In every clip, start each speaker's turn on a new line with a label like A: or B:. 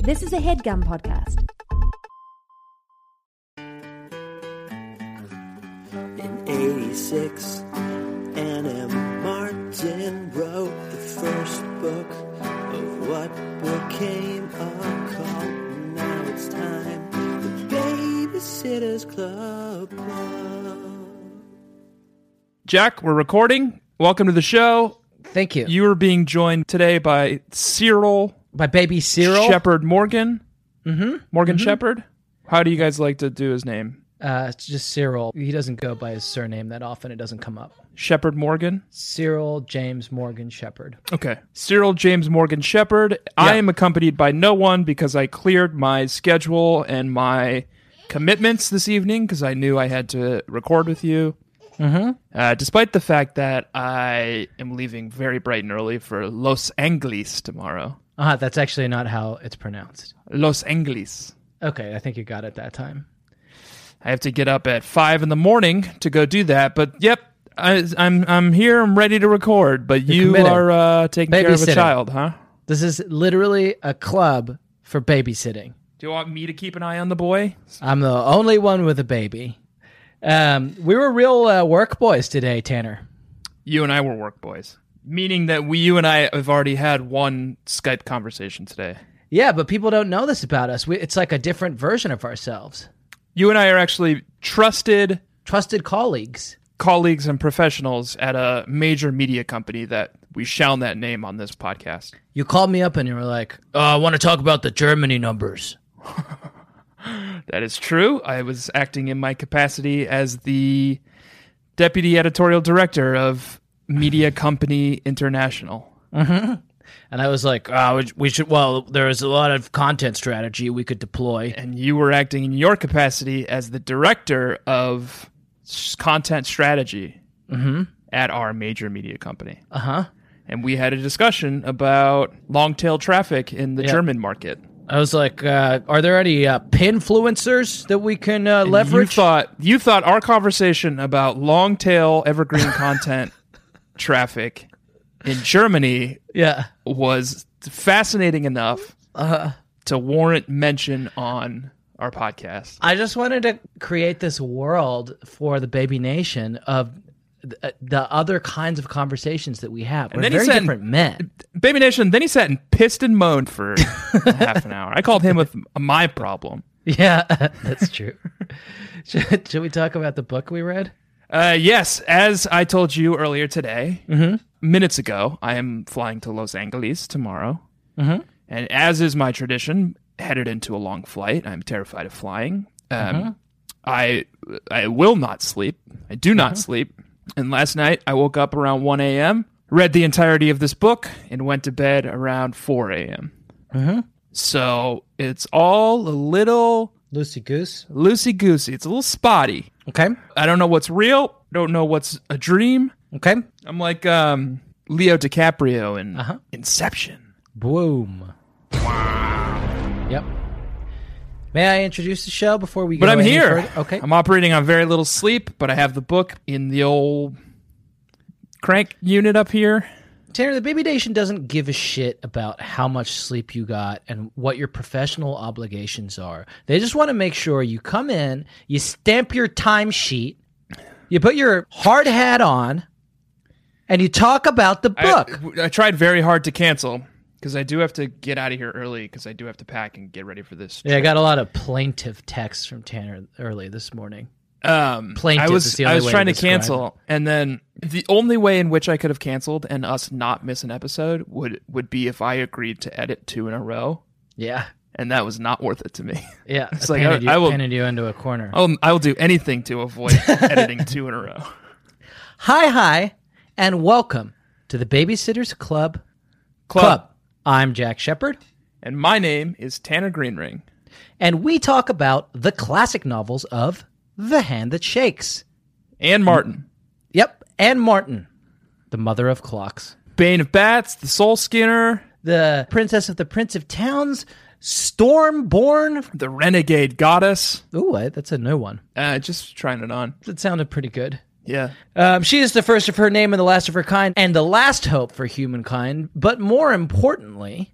A: This is a headgum podcast.
B: In 86, Anna Martin wrote the first book of what became a cult. Now it's time, the Babysitter's Club.
C: Jack, we're recording. Welcome to the show.
D: Thank you.
C: You are being joined today by Cyril,
D: My baby Cyril.
C: Shepherd Morgan. Mm-hmm. Morgan Shepherd. How do you guys like to do his name?
D: Uh, it's just Cyril. He doesn't go by his surname that often. It doesn't come up.
C: Shepherd Morgan.
D: Cyril James Morgan Shepherd.
C: Okay. Cyril James Morgan Shepherd. I
D: Yeah.
C: am accompanied by no one because I cleared my schedule and my commitments this evening because I knew I had to record with you. Uh, despite the fact that I am leaving very bright and early for Los Angeles tomorrow.
D: Ah, that's actually not how it's pronounced.
C: Los Angeles.
D: Okay, I think you got it that time.
C: I have to get up at five in the morning to go do that. But yep, I, I'm I'm here. I'm ready to record. But you
D: committed.
C: are uh, taking care of a
D: Babysitting.
C: child, huh?
D: This is literally a club for babysitting.
C: Do you want me to keep an eye on the boy?
D: I'm the only one with a baby. Um, we were real uh, work boys today, Tanner.
C: You and I were work boys, meaning that we, you and I, have already had one Skype conversation today.
D: Yeah, but people don't know this about us. We, it's like a different version of ourselves.
C: You and I are actually trusted
D: Trusted colleagues.
C: colleagues and professionals at a major media company that we shall that name on this podcast.
D: You called me up and you were like, oh, I want to talk about the Germany numbers.
C: That is true. I was acting in my capacity as the deputy editorial director of Media Company International.
D: And I was like, oh, we should, well, there is a lot of content strategy we could deploy.
C: And you were acting in your capacity as the director of s- content strategy at our major media company.
D: Uh huh.
C: And we had a discussion about long tail traffic in the German market.
D: I was like, uh, are there any uh, pinfluencers that we can uh,
C: And
D: leverage?
C: You thought you thought our conversation about long tail evergreen content traffic in Germany
D: yeah.
C: was fascinating enough to warrant mention on our podcast.
D: I just wanted to create this world for the baby nation of th- uh, the other kinds of conversations that we have. We're
C: then he
D: very
C: said-
D: different men.
C: Baby Nation, then he sat and pissed and moaned for half an hour. I called him with my problem.
D: Yeah, that's true. should, should we talk about the book we read?
C: Uh, yes, as I told you earlier today, minutes ago, I am flying to Los Angeles tomorrow. And as is my tradition, headed into a long flight. I'm terrified of flying. Um, I I will not sleep. I do not sleep. And last night, I woke up around 1 a.m., read the entirety of this book, and went to bed around 4 a.m. So it's all a little
D: Lucy Goose.
C: loosey goosey. It's a little spotty.
D: Okay.
C: I don't know what's real. Don't know what's a dream.
D: Okay.
C: I'm like um, Leo DiCaprio in
D: Uh-huh.
C: Inception.
D: Boom. yep. May I introduce the show before we?
C: But
D: go
C: I'm
D: any
C: here.
D: further? Okay.
C: I'm operating on very little sleep, but I have the book in the old crank unit up here.
D: Tanner, the Baby Nation doesn't give a shit about how much sleep you got and what your professional obligations are. They just want to make sure you come in, you stamp your timesheet, you put your hard hat on, and you talk about the
C: I-
D: book.
C: I, tried very hard to cancel because I do have to get out of here early because I do have to pack and get ready for this.
D: yeah, I got a lot of plaintive texts from Tanner early this morning.
C: Um,
D: Plaintiff
C: I was
D: is the
C: I
D: only
C: was
D: way
C: trying
D: to
C: to,
D: describe
C: cancel, and then the only way in which I could have canceled and us not miss an episode would would be if I agreed to edit two in a row,
D: Yeah.
C: and that was not worth it to me.
D: Yeah.
C: It's
D: I
C: like, I-
D: painted you,
C: I will-
D: painted you into a corner.
C: I'll I will do anything to avoid editing two in a row.
D: Hi, hi, and welcome to the Babysitters Club
C: Club.
D: I'm Jack Shepard,
C: And my name is Tanner Greenring.
D: and we talk about the classic novels of The Hand That Shakes.
C: And Martin.
D: Yep, and Martin, the mother of clocks,
C: Bane of Bats, the Soul Skinner,
D: the princess of the Prince of Towns, Stormborn.
C: the Renegade Goddess.
D: Ooh, I- that's a new one.
C: Uh, just trying it on.
D: That sounded pretty good.
C: Yeah.
D: Um, she is the first of her name and the last of her kind, and the last hope for humankind. But more importantly,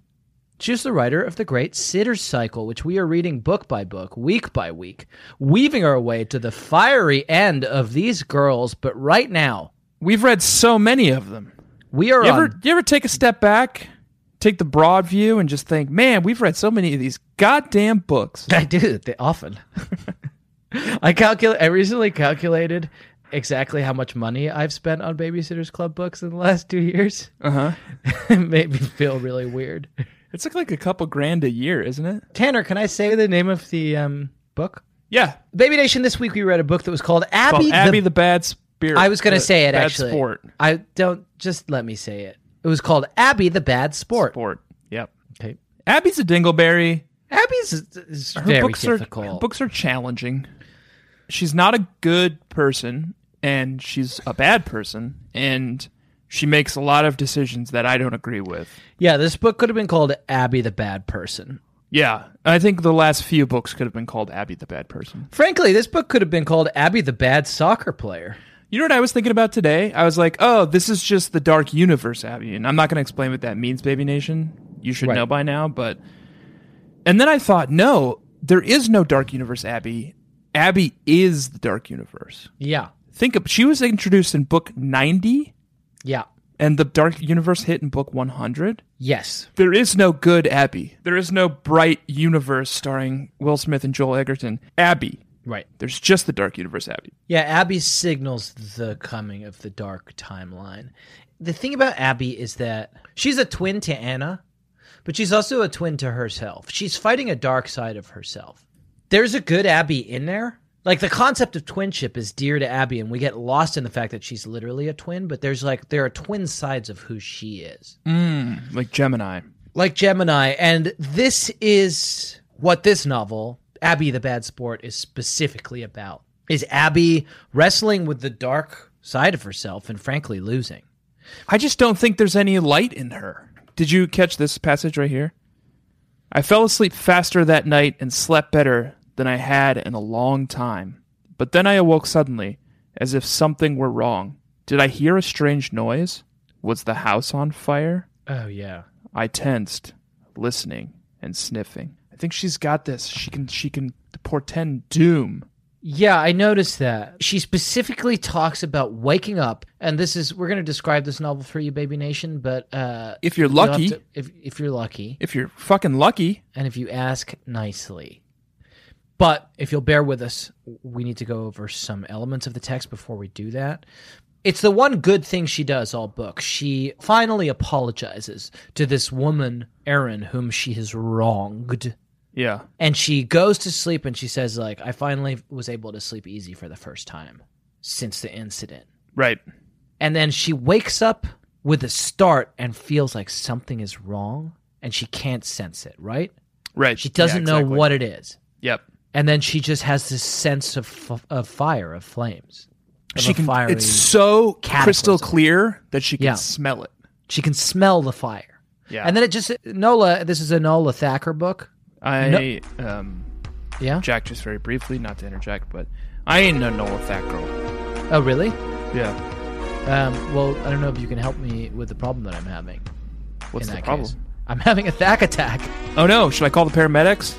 D: She is the writer of The Great Sitter's Cycle, which we are reading book by book, week by week, weaving our way to the fiery end of these girls. But right now,
C: We've read so many of them.
D: we are
C: You
D: on.
C: ever, you ever take a step back, take the broad view, and just think, man, we've read so many of these goddamn books.
D: I do they, often. I calculate. I recently calculated exactly how much money I've spent on Babysitters Club books in the last two years.
C: Uh huh.
D: it made me feel really weird.
C: It's like, like a couple grand a year, isn't it?
D: Tanner, can I say the name of the um, book?
C: Yeah.
D: Baby Nation. This week we read a book that was called
C: It's
D: Abby.
C: called Abby the,
D: the,
C: Bad Spirit.
D: I was going to say it
C: bad
D: actually.
C: Sport.
D: I don't. Just let me say it. It was called Abby the Bad Sport.
C: Sport. Yep.
D: Okay.
C: Abby's a dingleberry.
D: Abby's is, is
C: Her
D: very
C: books
D: difficult.
C: are her books are challenging. She's not a good person, and she's a bad person, and she makes a lot of decisions that I don't agree with.
D: yeah, this book could have been called Abby the Bad Person.
C: Yeah, I think the last few books could have been called Abby the Bad Person.
D: Frankly, this book could have been called Abby the Bad Soccer Player.
C: You know what I was thinking about today? I was like, oh, this is just the dark universe, Abby. And I'm not going to explain what that means, Baby Nation. You should
D: Right.
C: know by now. But. And then I thought, no, there is no dark universe, Abby. Abby is the dark universe.
D: Yeah.
C: Think of. She was introduced in book 90,
D: Yeah.
C: and the dark universe hit in book 100.
D: Yes.
C: There is no good Abby. There is no bright universe starring Will Smith and Joel Egerton. Abby.
D: Right.
C: There's just the dark universe, Abby.
D: Yeah, Abby signals the coming of the dark timeline. The thing about Abby is that she's a twin to Anna, but she's also a twin to herself. She's fighting a dark side of herself. There's a good Abby in there. Like the concept of twinship is dear to Abby, and we get lost in the fact that she's literally a twin, but there's like, there are twin sides of who she is.
C: Like Gemini.
D: like Gemini. And this is what this novel, Abby the Bad Sport, is specifically about. Is Abby wrestling with the dark side of herself and frankly losing.
C: I just don't think there's any light in her. Did you catch this passage right here? I fell asleep faster that night and slept better than I had in a long time. But then I awoke suddenly, as if something were wrong. Did I hear a strange noise? Was the house on fire?
D: Oh yeah.
C: I tensed, listening and sniffing. I think she's got this. She can she can portend doom.
D: Yeah, I noticed that. She specifically talks about waking up, and this is we're gonna describe this novel for you, Baby Nation, but uh
C: If you're
D: you'll have
C: lucky,
D: to- if if you're lucky.
C: if you're fucking lucky,
D: and if you ask nicely. But if you'll bear with us, we need to go over some elements of the text before we do that. It's the one good thing she does all book. She finally apologizes to this woman, Erin, whom she has wronged.
C: yeah.
D: And she goes to sleep and she says, like, I finally was able to sleep easy for the first time since the incident.
C: Right.
D: And then she wakes up with a start and feels like something is wrong and she can't sense it, right?
C: Right.
D: She doesn't
C: Yeah,
D: know
C: exactly.
D: what it is.
C: Yep.
D: And then she just has this sense of, f- of fire, of flames. Of
C: she
D: a
C: can
D: fiery-
C: it's so crystal
D: cataclysm.
C: clear that she can
D: Yeah.
C: smell it
D: she can smell the fire.
C: yeah
D: And then it just, Nola, this is a Nola Thacker book.
C: i um
D: Yeah.
C: jack just very briefly not to interject but i ain't no nola fat girl
D: Oh, really?
C: yeah
D: Um, well, I don't know if you can help me with the problem that I'm having.
C: what's
D: in
C: the
D: that
C: problem
D: Case. I'm having a Thack attack.
C: oh no should i call the paramedics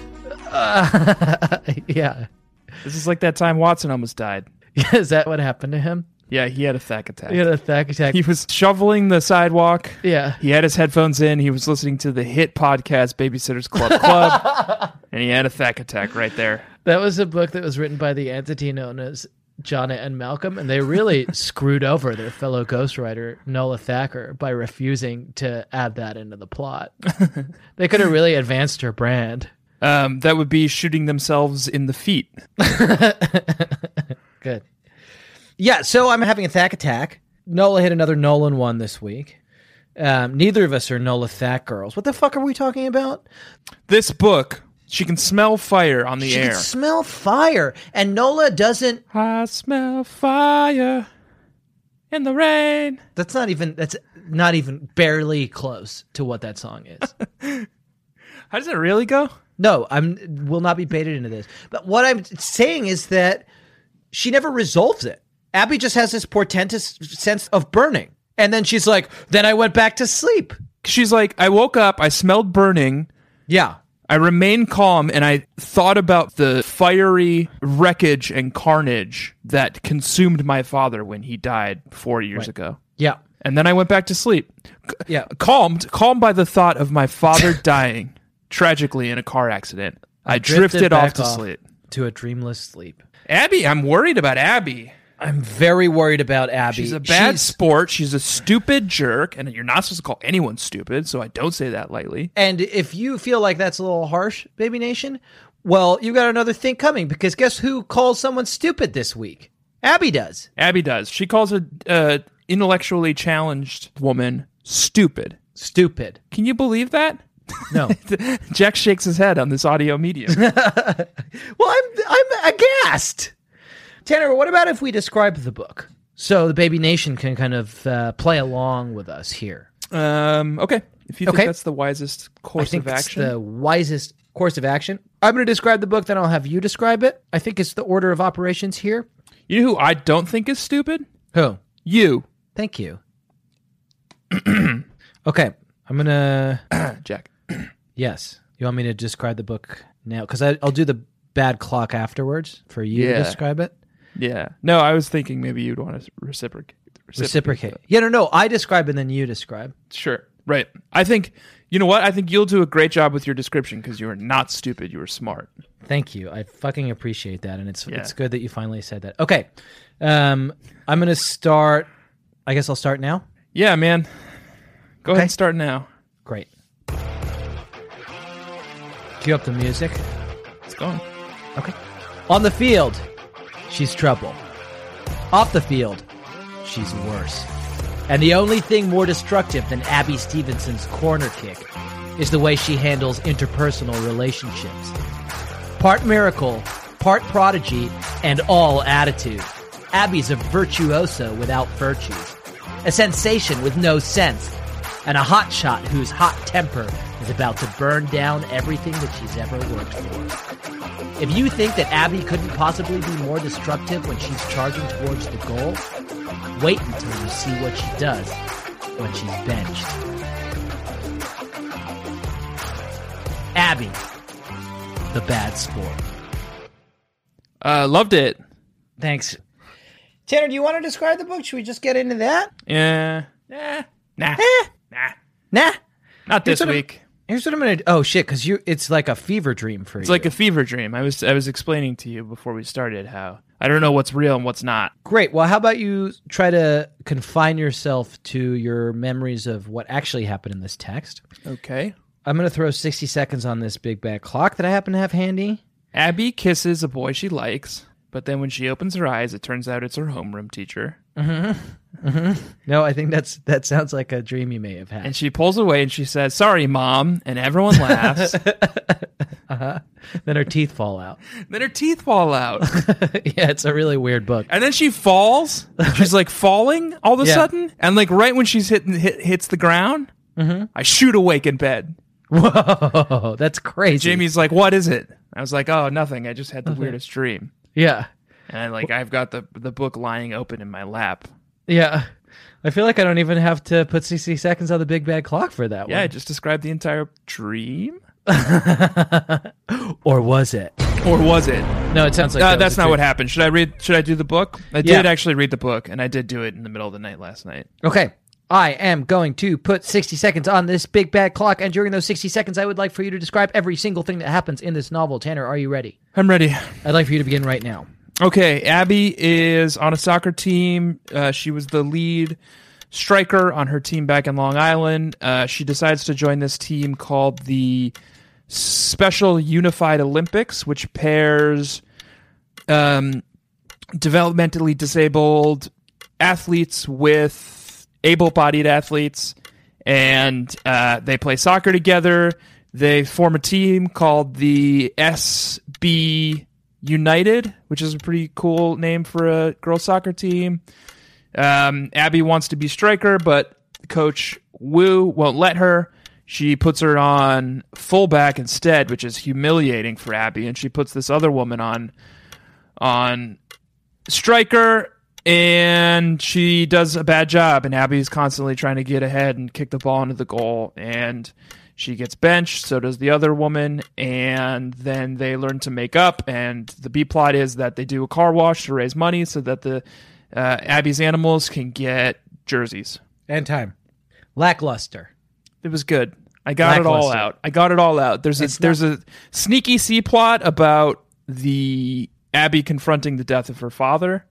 D: yeah.
C: this is like that time watson almost died
D: Is that what happened to him?
C: yeah he had a thack attack
D: He had a Thack attack.
C: he was shoveling the sidewalk
D: yeah.
C: he had his headphones in he was listening to the hit podcast babysitters club club and he had a thack attack right there
D: That was a book that was written by the entity known as Jonna and Malcolm, and they really screwed over their fellow ghostwriter Nola Thacker by refusing to add that into the plot. they could have really advanced her brand.
C: um, that would be shooting themselves in the feet
D: Good. Yeah, so I'm having a Thack attack. Nola hit another Nolan one this week. Um, neither of us are Nola Thack girls. What the fuck are we talking about?
C: this book she can smell fire on the
D: She
C: air
D: can smell fire, and Nola doesn't.
C: I smell fire in the rain.
D: That's not even. That's not even barely close to what that song is.
C: How does it really go?
D: No, I'm will not be baited into this. But what I'm saying is that she never resolves it. Abby just has this portentous sense of burning. And then she's like, then I went back to sleep.
C: She's like, I woke up, I smelled burning,
D: Yeah.
C: I remained calm, and I thought about the fiery wreckage and carnage that consumed my father when he died four years ago.
D: Yeah.
C: And then I went back to sleep. C-
D: Yeah.
C: Calmed, calmed by the thought of my father dying tragically in a car accident. I, drifted, off
D: back
C: to sleep.
D: To a dreamless sleep.
C: Abby, I'm worried about Abby.
D: I'm very worried about Abby.
C: She's a bad
D: She's-
C: sport. She's a stupid jerk, and you're not supposed to call anyone stupid, so I don't say that lightly.
D: And if you feel like that's a little harsh, Baby Nation, well, you got another thing coming because guess who calls someone stupid this week? Abby does.
C: Abby does. She calls a uh, intellectually challenged woman stupid.
D: Stupid.
C: Can you believe that?
D: No.
C: Jack shakes his head on this audio medium.
D: well, I'm I'm aghast. Tanner, what about if we describe the book so the Baby Nation can kind of uh, play along with us here?
C: um, okay, if you think
D: Okay.
C: that's the wisest
D: I
C: course
D: think
C: of
D: it's
C: action,
D: the wisest course of action. I'm going to describe the book, then I'll have you describe it. I think it's the order of operations here.
C: you know who I don't think is stupid?
D: Who?
C: You,
D: Thank you. okay, I'm gonna.
C: Jack.
D: Yes, you want me to describe the book now? Because I'll do the bad clock afterwards for you
C: Yeah.
D: to describe it.
C: Yeah. No, I was thinking maybe you'd want to reciprocate.
D: Reciprocate. Yeah, no, no. I describe and then you describe.
C: Sure. Right. I think you know what? I think you'll do a great job with your description because you are not stupid. You are smart.
D: Thank you. I fucking appreciate that, and it's
C: Yeah.
D: it's good that you finally said that. Okay, um, I'm gonna start. I guess I'll start now.
C: Yeah, man. Go ahead
D: Okay.
C: and start now.
D: Great. Cue up the music.
C: It's going.
D: Okay. On the field, she's trouble. Off the field, she's worse. And the only thing more destructive than Abby Stevenson's corner kick is the way she handles interpersonal relationships. Part miracle, part prodigy, and all attitude. Abby's a virtuoso without virtues, a sensation with no sense, and a hotshot whose hot temper is about to burn down everything that she's ever worked for. If you think that Abby couldn't possibly be more destructive when she's charging towards the goal, wait until you see what she does when she's benched. Abby, the bad sport.
C: Uh, loved it.
D: Thanks. Tanner, do you want to describe the book? Should we just get into that? Eh?
C: Yeah. Nah. Nah. Nah.
D: Nah.
C: Not this
D: what I'm-
C: week.
D: Here's what I'm gonna. Oh shit! Because you, it's like a fever dream for
C: It's
D: you.
C: like a fever dream. I was I was explaining to you before we started how I don't know what's real and what's not.
D: Great. Well, how about you try to confine yourself to your memories of what actually happened in this text?
C: Okay.
D: I'm going to throw 60 seconds on this big bad clock that I happen to have handy.
C: Abby kisses a boy she likes, but then when she opens her eyes, it turns out it's her homeroom teacher.
D: No, I think that's that sounds like a dream you may have had.
C: And she pulls away and she says, "Sorry, mom," and everyone laughs.
D: then her teeth fall out.
C: then her teeth fall out.
D: yeah, it's a really weird book.
C: And then she falls. She's like falling all of a
D: Yeah.
C: sudden, and like right when she's hitting hit, hits the ground,
D: Mm-hmm.
C: I shoot awake in bed.
D: Whoa, that's crazy.
C: Jamie's like, "What is it?" I was like, "Oh, nothing. I just had the weirdest dream."
D: Yeah.
C: And I, like I've got the the book lying open in my lap.
D: Yeah. I feel like I don't even have to put 60 seconds on the big bad clock for that
C: Yeah, I just described the entire dream,
D: one. Or was it?
C: or was it?
D: No, it sounds like
C: Uh,
D: that was
C: that's
D: a
C: not
D: dream.
C: what happened. Should I read? Should I do the book? I
D: Yeah.
C: did actually read the book, and I did do it in the middle of the night last night.
D: Okay. I am going to put 60 seconds on this big bad clock and during those 60 seconds I would like for you to describe every single thing that happens in this novel. Tanner, are you ready?
C: I'm ready.
D: I'd like for you to begin right now.
C: Okay, Abby is on a soccer team. Uh, she was the lead striker on her team back in Long Island. Uh, she decides to join this team called the Special Unified Olympics, which pairs um, developmentally disabled athletes with able bodied athletes, and uh, they play soccer together. They form a team called the SB United, which is a pretty cool name for a girls' soccer team. Um, Abby wants to be striker, but Coach Wu won't let her. She puts her on fullback instead, which is humiliating for Abby, and she puts this other woman on on striker and she does a bad job and abby's constantly trying to get ahead and kick the ball into the goal and she gets benched so does the other woman and then they learn to make up and the b plot is that they do a car wash to raise money so that the uh, abby's animals can get jerseys
D: And time. Lackluster.
C: it was good i got it all
D: Lackluster.
C: out i got it all out there's a
D: It's not-
C: there's a sneaky c plot about the abby confronting the death of her father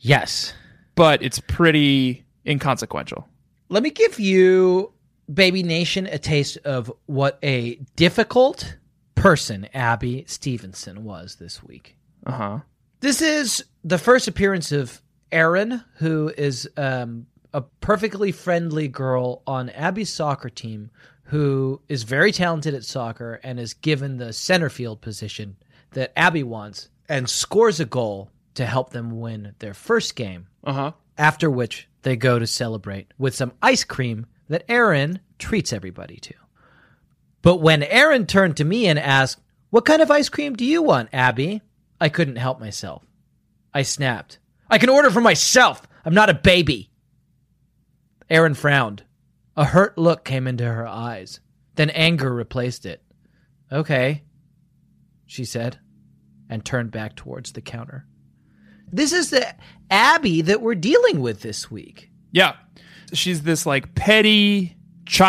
D: Yes.
C: but it's pretty inconsequential
D: Let me give you, Baby Nation, a taste of what a difficult person Abby Stevenson was this week.
C: uh-huh
D: This is the first appearance of Erin, who is um, a perfectly friendly girl on Abby's soccer team, who is very talented at soccer and is given the center field position that Abby wants and scores a goal to help them win their first game.
C: uh-huh
D: After which they go to celebrate with some ice cream that Erin treats everybody to. But when Erin turned to me and asked, What kind of ice cream do you want, Abby? I couldn't help myself. I snapped, I can order for myself. I'm not a baby. Erin frowned. A hurt look came into her eyes. Then anger replaced it. Okay, she said, and turned back towards the counter. This is the Abby that we're dealing with this week.
C: Yeah. She's this like petty,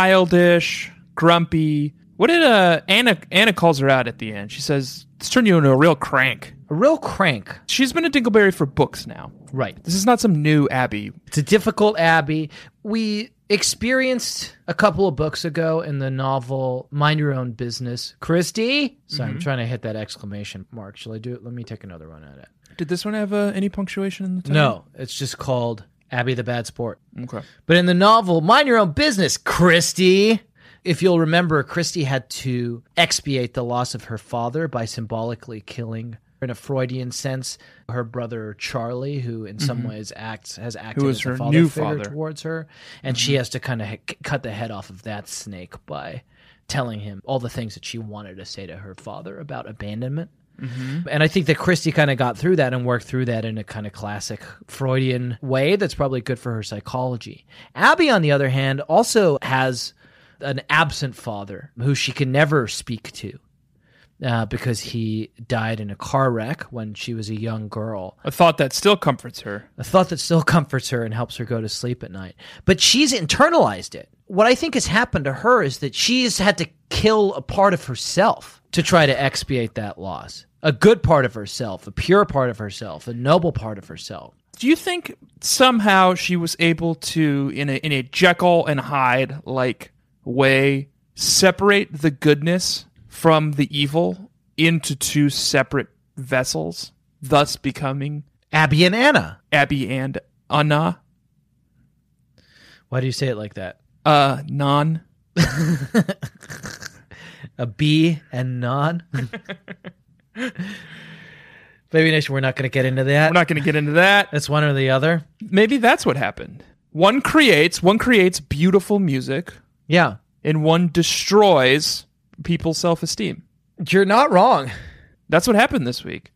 C: childish, grumpy. What did uh Anna Anna calls her out at the end? She says, It's turned you into a real crank.
D: A real crank.
C: She's been a Dingleberry for books now.
D: Right.
C: This is not some new Abby.
D: It's a difficult Abbey. We experienced a couple of books ago in the novel Mind Your Own Business. Christy? Sorry, I'm trying to hit that exclamation mark. Shall I do it? Let me take another run at it.
C: Did this one have uh, any punctuation in the title?
D: No, it's just called Abby the Bad Sport.
C: Okay.
D: But in the novel, mind your own business, Christy. If you'll remember, Christy had to expiate the loss of her father by symbolically killing, in a Freudian sense, her brother Charlie, who in some ways acts has
C: Mm-hmm.
D: acted
C: Who is
D: as
C: her
D: a father
C: new
D: figure
C: father. Mm-hmm.
D: towards her, and she has to kind of cut the head off of that snake by telling him all the things that she wanted to say to her father about abandonment. Mm-hmm. And I think that Christy kind of got through that and worked through that in a kind of classic Freudian way that's probably good for her psychology. Abby, on the other hand, also has an absent father who she can never speak to uh, because he died in a car wreck when she was a young girl.
C: A thought that still comforts her.
D: A thought that still comforts her and helps her go to sleep at night. But she's internalized it. What I think has happened to her is that she's had to kill a part of herself to try to expiate that loss. A good part of herself, a pure part of herself, a noble part of herself.
C: Do you think somehow she was able to in a in a Jekyll and Hyde like way separate the goodness from the evil into two separate vessels, thus becoming
D: Abby and Anna.
C: Abby and Anna,
D: Why do you say it like that?
C: uh, non.
D: A B and non? Baby Nation, we're not going to get into that.
C: We're not going to get into that.
D: That's one or the other.
C: Maybe that's what happened. One creates, one creates beautiful music,
D: Yeah.
C: and one destroys people's self-esteem.
D: You're not wrong.
C: That's what happened this week.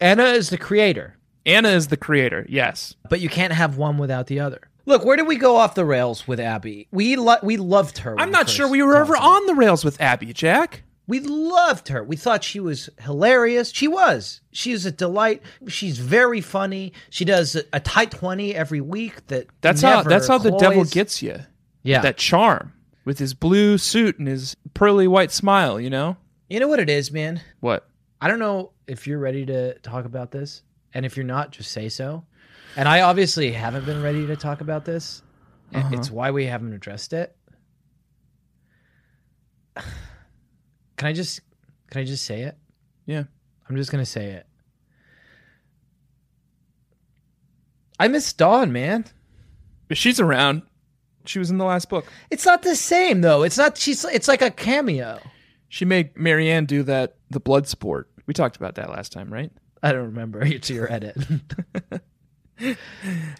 D: Anna is the creator.
C: Anna is the creator. Yes.
D: but you can't have one without the other. Look, where did we go off the rails with Abby? We lo- we loved her.
C: I'm not sure we were ever on the rails with Abby, Jack.
D: We loved her. We thought she was hilarious. She was. She is a delight. She's very funny. She does a, a tight twenty every week. That
C: That's how
D: never
C: that's how the devil
D: cloys-
C: gets you.
D: Yeah,
C: That charm with his blue suit and his pearly white smile, you know?
D: you know what it is, man.
C: What?
D: I don't know if you're ready to talk about this, and if you're not, just say so. And I obviously haven't been ready to talk about this. and It's why we haven't addressed it. Can I just can I just say it?
C: Yeah.
D: I'm just gonna say it. I miss Dawn, man.
C: But she's around. She was in the last book.
D: It's not the same though. It's not. She's. It's like a cameo.
C: She made Marianne do that the blood sport. We talked about that last time, right?
D: I don't remember. It's your edit.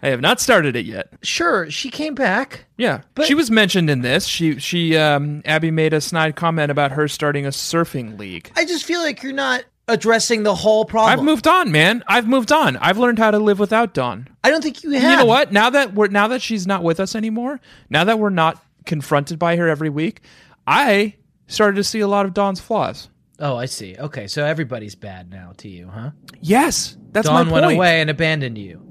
C: I have not started it yet.
D: sure, she came back.
C: Yeah.
D: But-
C: she was mentioned in this. She she um Abby made a snide comment about her starting a surfing league.
D: I just feel like you're not addressing the whole problem.
C: I've moved on, man. I've moved on. I've learned how to live without Dawn.
D: I don't think you have.
C: You know what? Now that we're now that she's not with us anymore, now that we're not confronted by her every week, I started to see a lot of Dawn's flaws.
D: Oh, I see. Okay, so everybody's bad now to you, huh?
C: Yes, that's
D: Dawn
C: my
D: went
C: point.
D: away and abandoned you.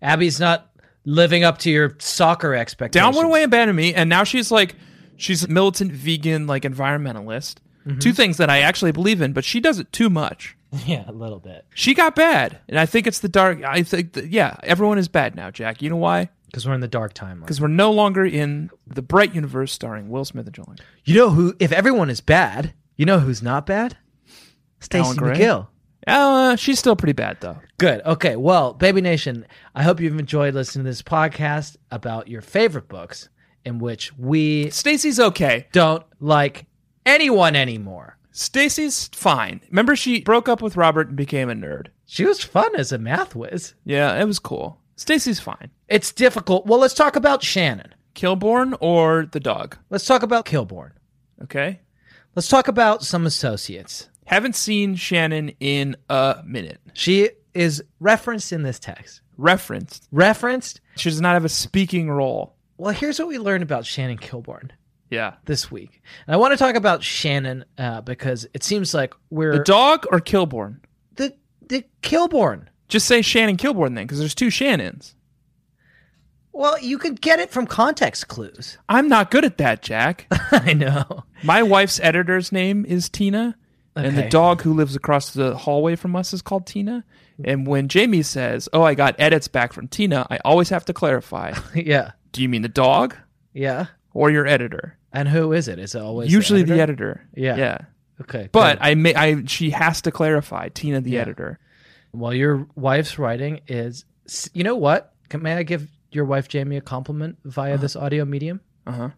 D: Abby's not living up to your soccer expectations.
C: Down went away and abandoned me, and now she's like she's a militant vegan, like environmentalist. Two things that I actually believe in, but she does it too much.
D: Yeah, a little bit.
C: She got bad, and I think it's the dark. I think that, yeah, everyone is bad now, Jack. You know why?
D: Because we're in the dark timeline.
C: Because we're no longer in the bright universe starring Will Smith and Joel. Edgerton.
D: You know who? If everyone is bad, you know who's not bad? Stacey
C: Alan Gray?
D: McGill.
C: Uh, she's still pretty bad though.
D: Good. Okay. Well, Baby Nation, I hope you've enjoyed listening to this podcast about your favorite books in which we
C: Stacy's okay.
D: don't like anyone anymore.
C: Stacy's fine. Remember, she broke up with Robert and became a nerd.
D: She was fun as a math whiz.
C: Yeah, it was cool. Stacy's fine.
D: It's difficult. Well, let's talk about Shannon.
C: Kilborn or the dog?
D: Let's talk about Kilborn.
C: Okay.
D: Let's talk about some associates.
C: Haven't seen Shannon in a minute.
D: She is referenced in this text.
C: Referenced.
D: Referenced?
C: She does not have a speaking role.
D: Well, here's what we learned about Shannon Kilborn
C: Yeah.
D: this week. And I want to talk about Shannon uh, because it seems like we're
C: The dog or Kilborn?
D: the, the Kilborn.
C: Just say Shannon Kilborn then, because there's two Shannons.
D: Well, you could get it from context clues.
C: I'm not good at that, Jack.
D: I know.
C: My wife's editor's name is Tina, and the
D: Okay.
C: dog who lives across the hallway from us is called Tina. And when Jamie says, Oh, I got edits back from Tina, I always have to clarify
D: yeah.
C: Do you mean the dog
D: Yeah.
C: or your editor?
D: And who is it? Is it always
C: Usually
D: the
C: the
D: editor?
C: editor.
D: Yeah.
C: Yeah.
D: Okay.
C: But
D: good.
C: I may I she has to clarify Tina the
D: Yeah.
C: editor.
D: well, your wife's writing is s- You know what? Can, may I give your wife Jamie a compliment via this audio medium?
C: Uh-huh.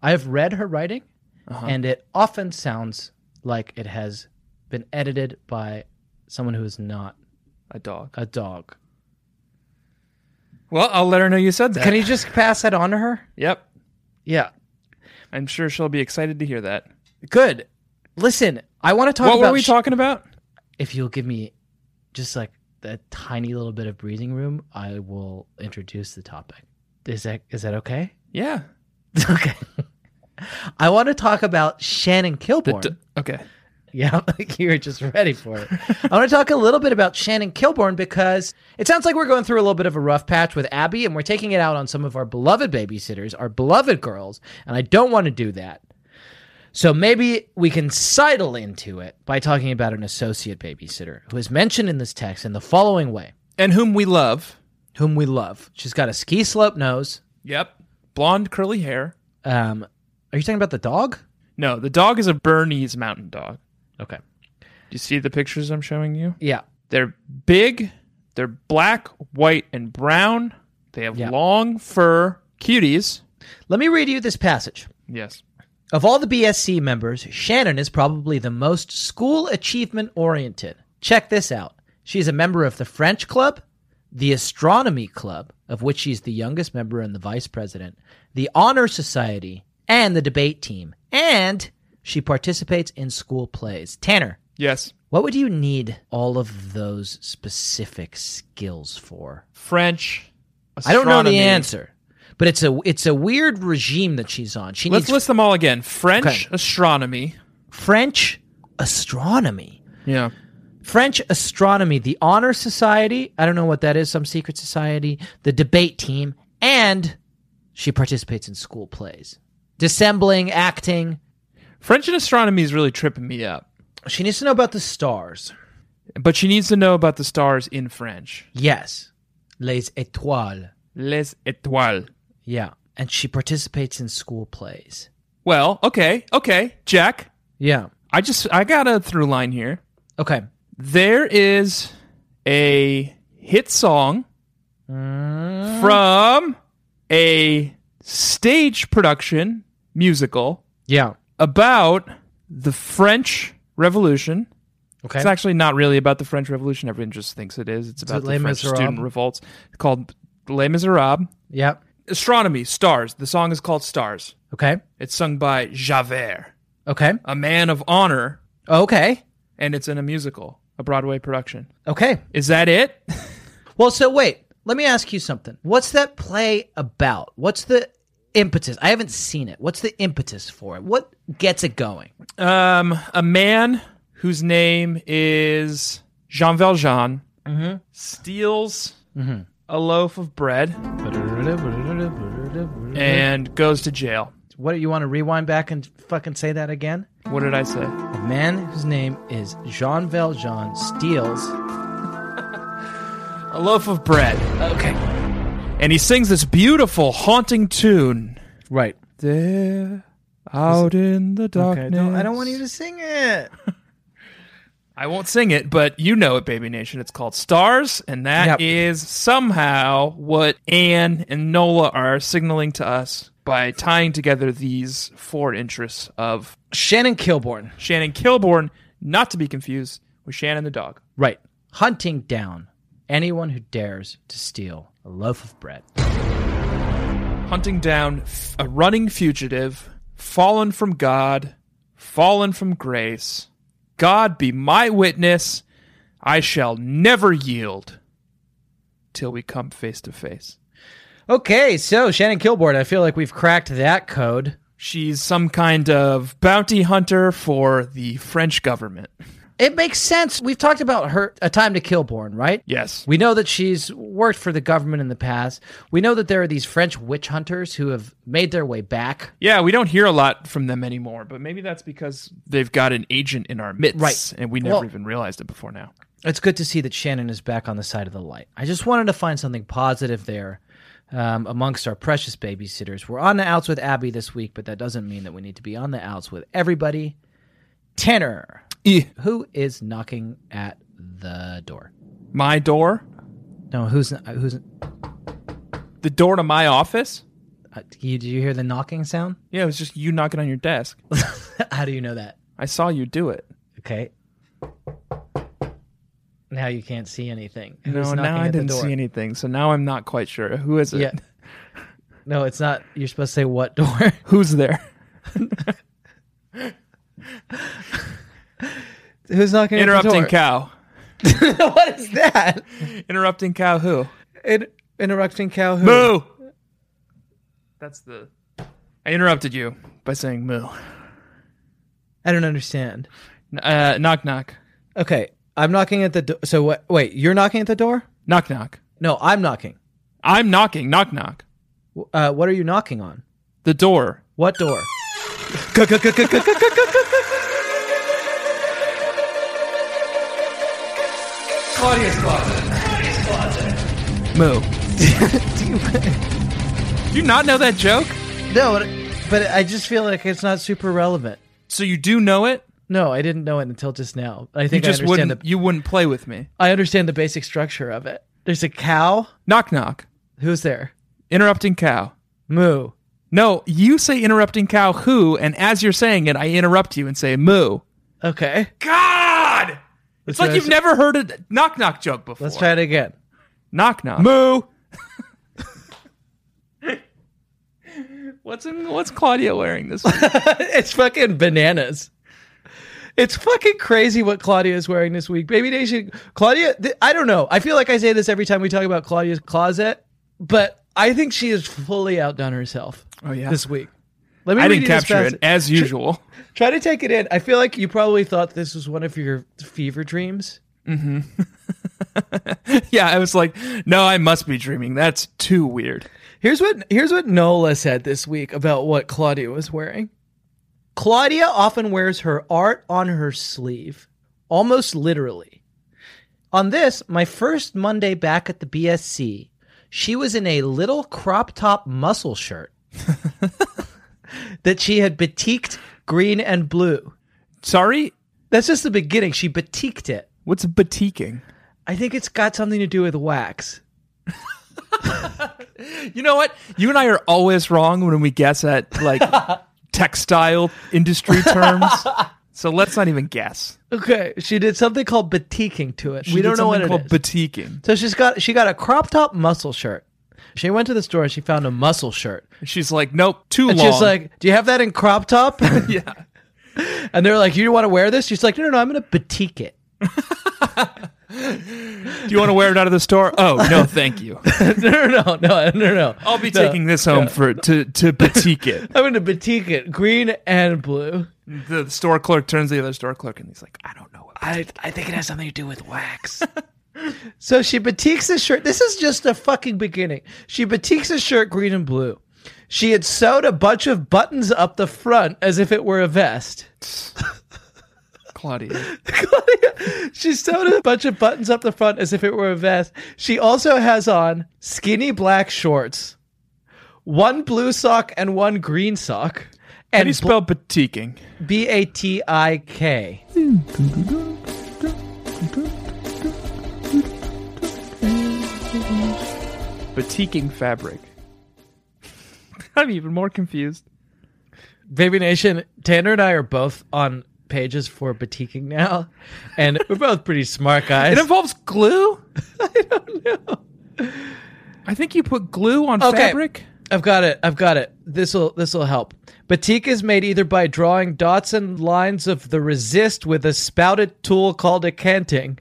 D: I have read her writing and it often sounds like it has been edited by someone who is not
C: A dog.
D: a dog.
C: Well, I'll let her know you said that.
D: Can you just pass that on to her?
C: Yep.
D: Yeah.
C: I'm sure she'll be excited to hear that.
D: Good. Listen, I want to talk
C: what
D: about
C: were we
D: sh-
C: talking about?
D: if you'll give me just like a tiny little bit of breathing room, I will introduce the topic. Is that is that okay?
C: Yeah.
D: Okay. I want to talk about Shannon
C: The
D: Kilborn.
C: d- okay.
D: yeah, like you were just ready for it. I want to talk a little bit about Shannon Kilborn because it sounds like we're going through a little bit of a rough patch with Abby, and we're taking it out on some of our beloved babysitters, our beloved girls, and I don't want to do that. So maybe we can sidle into it by talking about an associate babysitter who is mentioned in this text in the following way
C: And whom we love.
D: whom we love. She's got a ski slope nose.
C: Yep. Blonde curly hair.
D: Um, are you talking about the dog?
C: No, the dog is a Bernese mountain dog.
D: Okay.
C: Do you see the pictures I'm showing you?
D: Yeah.
C: They're big, they're black, white, and brown. They have
D: Yeah.
C: long fur, cuties.
D: Let me read you this passage.
C: Yes.
D: Of all the BSC members, Shannon is probably the most school achievement oriented. Check this out. She's a member of the French Club, the Astronomy Club, of which she's the youngest member and the vice president, the Honor Society, and the debate team. And she participates in school plays. Tanner,
C: Yes.
D: what would you need all of those specific skills for?
C: French.
D: I don't know the
C: astronomy.
D: answer, but it's a it's a weird regime that she's on. She
C: Let's
D: needs
C: list them all again. French astronomy.
D: French astronomy.
C: Yeah.
D: French astronomy, the honor society, I don't know what that is, some secret society, the debate team, and she participates in school plays. Dissembling, acting.
C: French and astronomy is really tripping me up.
D: She needs to know about the stars.
C: But she needs to know about the stars in French.
D: Yes. Les étoiles.
C: Les étoiles.
D: Yeah. And she participates in school plays.
C: Well, okay, okay. Jack,
D: Yeah.
C: I just I got a through line here.
D: Okay.
C: There is a hit song from a stage production musical
D: Yeah.
C: about the French Revolution.
D: Okay.
C: It's actually not really about the French Revolution. Everyone just thinks it is. It's about
D: it
C: the
D: Les
C: French
D: Miserables?
C: student revolts called Les Miserables.
D: Yeah.
C: Astronomy, stars. The song is called Stars.
D: Okay.
C: It's sung by Javert,
D: Okay.
C: a man of honor
D: Okay.
C: and it's in a musical, a Broadway production.
D: Okay.
C: Is that it?
D: Well, so wait, let me ask you something. What's that play about? What's the impetus? I haven't seen it. What's the impetus for it? What gets it going?
C: Um, a man whose name is Jean Valjean
D: Mm-hmm.
C: steals a loaf of bread
D: Mm-hmm.
C: and goes to jail.
D: What do you want to rewind back and fucking say that again?
C: What did I say?
D: The man whose name is Jean Valjean steals.
C: A loaf of bread.
D: Okay.
C: And he sings this beautiful, haunting tune.
D: Right.
C: There, out in the darkness.
D: Okay. No, I don't want you to sing it.
C: I won't sing it, but you know it, Baby Nation. It's called Stars, and that
D: Yep.
C: is somehow what Anne and Nola are signaling to us by tying together these four interests of
D: Shannon Kilborn.
C: Shannon Kilborn, not to be confused with Shannon the dog.
D: Right. Hunting down anyone who dares to steal a loaf of bread.
C: hunting down f- a running fugitive, fallen from God, fallen from grace. God be my witness. I shall never yield till we come face to face.
D: Okay, so Shannon Kilborn, I feel like we've cracked that code.
C: She's some kind of bounty hunter for the French government.
D: It makes sense. We've talked about her a time to Kilborn, right?
C: Yes.
D: We know that she's worked for the government in the past. We know that there are these French witch hunters who have made their way back.
C: Yeah, we don't hear a lot from them anymore, but maybe that's because they've got an agent in our midst.
D: Right.
C: And we never
D: Well-
C: even realized it before now.
D: It's good to see that Shannon is back on the side of the light. I just wanted to find something positive there um, amongst our precious babysitters. We're on the outs with Abby this week, but that doesn't mean that we need to be on the outs with everybody. Tanner, who is knocking at the door?
C: My door?
D: No, who's uh, who's?
C: The door to my office?
D: Uh, you, did you hear the knocking sound?
C: Yeah, it was just you knocking on your desk.
D: How do you know that?
C: I saw you do it.
D: Okay. Now you can't see anything.
C: No, now I didn't see anything, so now I'm not quite sure. Who is it?
D: Yeah. No, it's not. You're supposed to say what door?
C: Who's there?
D: Who's knocking
C: Interrupting
D: at the
C: cow.
D: door? Interrupting cow. what is that?
C: Interrupting cow who?
D: In- interrupting cow. Who?
C: Moo! That's the. I interrupted you by saying moo.
D: I don't understand.
C: N- Uh, knock, knock.
D: Okay, I'm knocking at the door. So what? Wait, you're knocking at the door?
C: Knock, knock.
D: No, I'm knocking.
C: I'm knocking. Knock, knock.
D: W- Uh, what are you knocking on?
C: The door.
D: What door?
C: Moo. Do you not know that joke?
D: No, but I just feel like it's not super relevant.
C: So you do know it?
D: No, I didn't know it until just now. I
C: You
D: think
C: just
D: I understand
C: wouldn't.
D: the
C: You wouldn't play with me.
D: I understand the basic structure of it. There's a cow.
C: Knock, knock.
D: Who's there?
C: Interrupting cow.
D: Moo.
C: No, you say interrupting cow who, and as you're saying it, I interrupt you and say moo.
D: Okay.
C: God! It's
D: Let's
C: like
D: try
C: you've
D: this-
C: never heard a knock knock joke before.
D: Let's try it again.
C: Knock knock. Moo! what's in, what's Claudia wearing this week?
D: it's fucking bananas. It's fucking crazy what Claudia is wearing this week. Baby Nation, Claudia, th- I don't know. I feel like I say this every time we talk about Claudia's closet, but I think she has fully outdone herself
C: Oh, yeah.
D: this week. Let me
C: I
D: read
C: didn't
D: you this
C: capture it
D: passage.
C: as usual.
D: Try to take it in. I feel like you probably thought this was one of your fever dreams.
C: yeah, I was like, no, I must be dreaming. That's too weird.
D: Here's what here's what Nola said this week about what Claudia was wearing. Claudia often wears her art on her sleeve, almost literally. On this, my first Monday back at the BSC, she was in a little crop top muscle shirt that she had batiqued green and blue.
C: Sorry?
D: That's just the beginning. She batiqued it.
C: What's batiking?
D: I think it's got something to do with wax.
C: You know what? You and I are always wrong when we guess at like textile industry terms. So let's not even guess.
D: Okay, she did something called batiquing to it. we
C: She
D: don't
C: did
D: know what
C: something
D: it
C: called
D: is.
C: batiking.
D: So she's got she got a crop top muscle shirt. She went to the store and she found a muscle shirt.
C: She's like, nope, too
D: And
C: long.
D: she's like, "Do you have that in crop top?"
C: yeah.
D: And they're like, "You want to wear this?" She's like, "No, no, no. I'm going to batik it."
C: Do you want to wear it out of the store? Oh no, thank you.
D: no, no, no, no, no, no.
C: I'll be
D: No.
C: taking this home for to to batik it.
D: I'm going to batik it, green and blue.
C: The store clerk turns to the other store clerk and he's like, I don't know. What
D: I, I think it has something to do with wax. so she batiks the shirt. This is just a fucking beginning. She batiks the shirt green and blue. She had sewed a bunch of buttons up the front as if it were a vest.
C: Claudia.
D: She sewed a bunch of buttons up the front as if it were a vest. She also has on skinny black shorts, one blue sock, and one green sock.
C: How do
D: And
C: you spell batiking?
D: B A T I K.
C: Batiking fabric. I'm even more confused.
D: Baby Nation, Tanner and I are both on pages for batiking now, and we're both pretty smart guys.
C: It involves glue? I don't know. I think you put glue on
D: Okay.
C: fabric.
D: I've got it. I've got it. This'll this'll help. Batik is made either by drawing dots and lines of the resist with a spouted tool called a canting.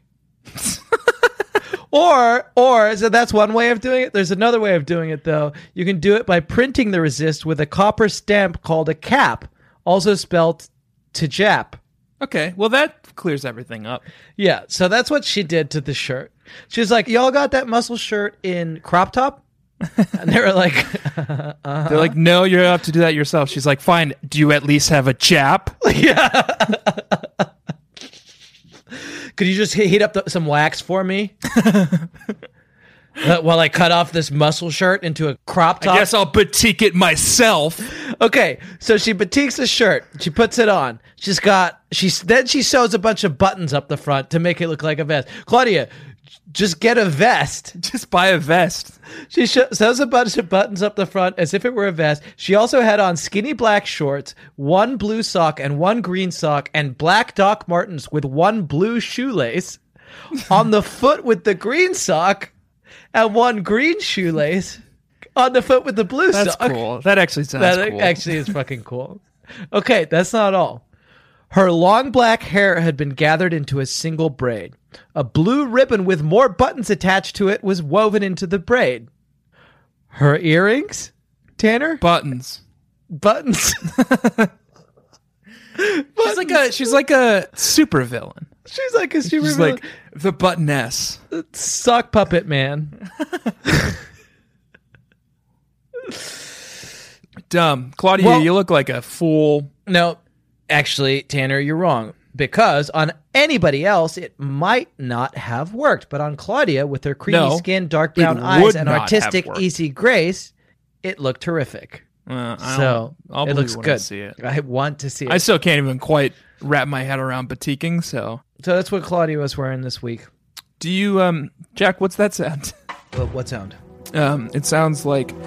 D: or or so that's one way of doing it. There's another way of doing it though. You can do it by printing the resist with a copper stamp called a cap, also spelled to jap.
C: Okay, well that clears everything up.
D: Yeah, so that's what she did to the shirt. She's like, "Y'all got that muscle shirt in crop top?" and they were like, Uh-huh.
C: They're like, no, you have to do that yourself. She's like, fine. Do you at least have a chap?
D: "Yeah." Could you just he- heat up the, some wax for me? Uh, while I cut off this muscle shirt into a crop top.
C: I guess I'll batik it myself.
D: Okay, so she batiks the shirt. She puts it on. She's got she's then she sews a bunch of buttons up the front to make it look like a vest. Claudia, j- just get a vest.
C: Just buy a vest.
D: She sh- sews a bunch of buttons up the front as if it were a vest. She also had on skinny black shorts, one blue sock and one green sock, and black Doc Martens with one blue shoelace. on the foot with the green sock, and one green shoelace. On the foot with the blue
C: That's
D: sock.
C: cool. That actually sounds
D: that
C: cool.
D: actually is fucking cool. Okay, that's not all. Her long black hair had been gathered into a single braid. A blue ribbon with more buttons attached to it was woven into the braid. Her earrings, Tanner,
C: buttons.
D: buttons.
C: She's like a she's like a super villain.
D: She's like a super
C: She's
D: villain.
C: like the buttoness.
D: sock puppet man.
C: Dumb. Claudia,
D: Well-
C: you look like a fool.
D: No, actually, Tanner, you're wrong. Because on anybody else, it might not have worked. But on Claudia, with her creamy
C: No,
D: skin, dark brown
C: it
D: eyes,
C: would
D: and
C: not have
D: artistic,
C: worked.
D: easy grace, it looked horrific.
C: Uh, I'll-
D: So
C: I'll
D: it
C: believe
D: looks
C: when
D: good.
C: I see it.
D: I want to see it.
C: I still can't even quite wrap my head around batiking. So,
D: so that's what Claudia was wearing this week.
C: do you, um, Jack? What's that sound?
D: Uh, what sound?
C: Um, it sounds like IP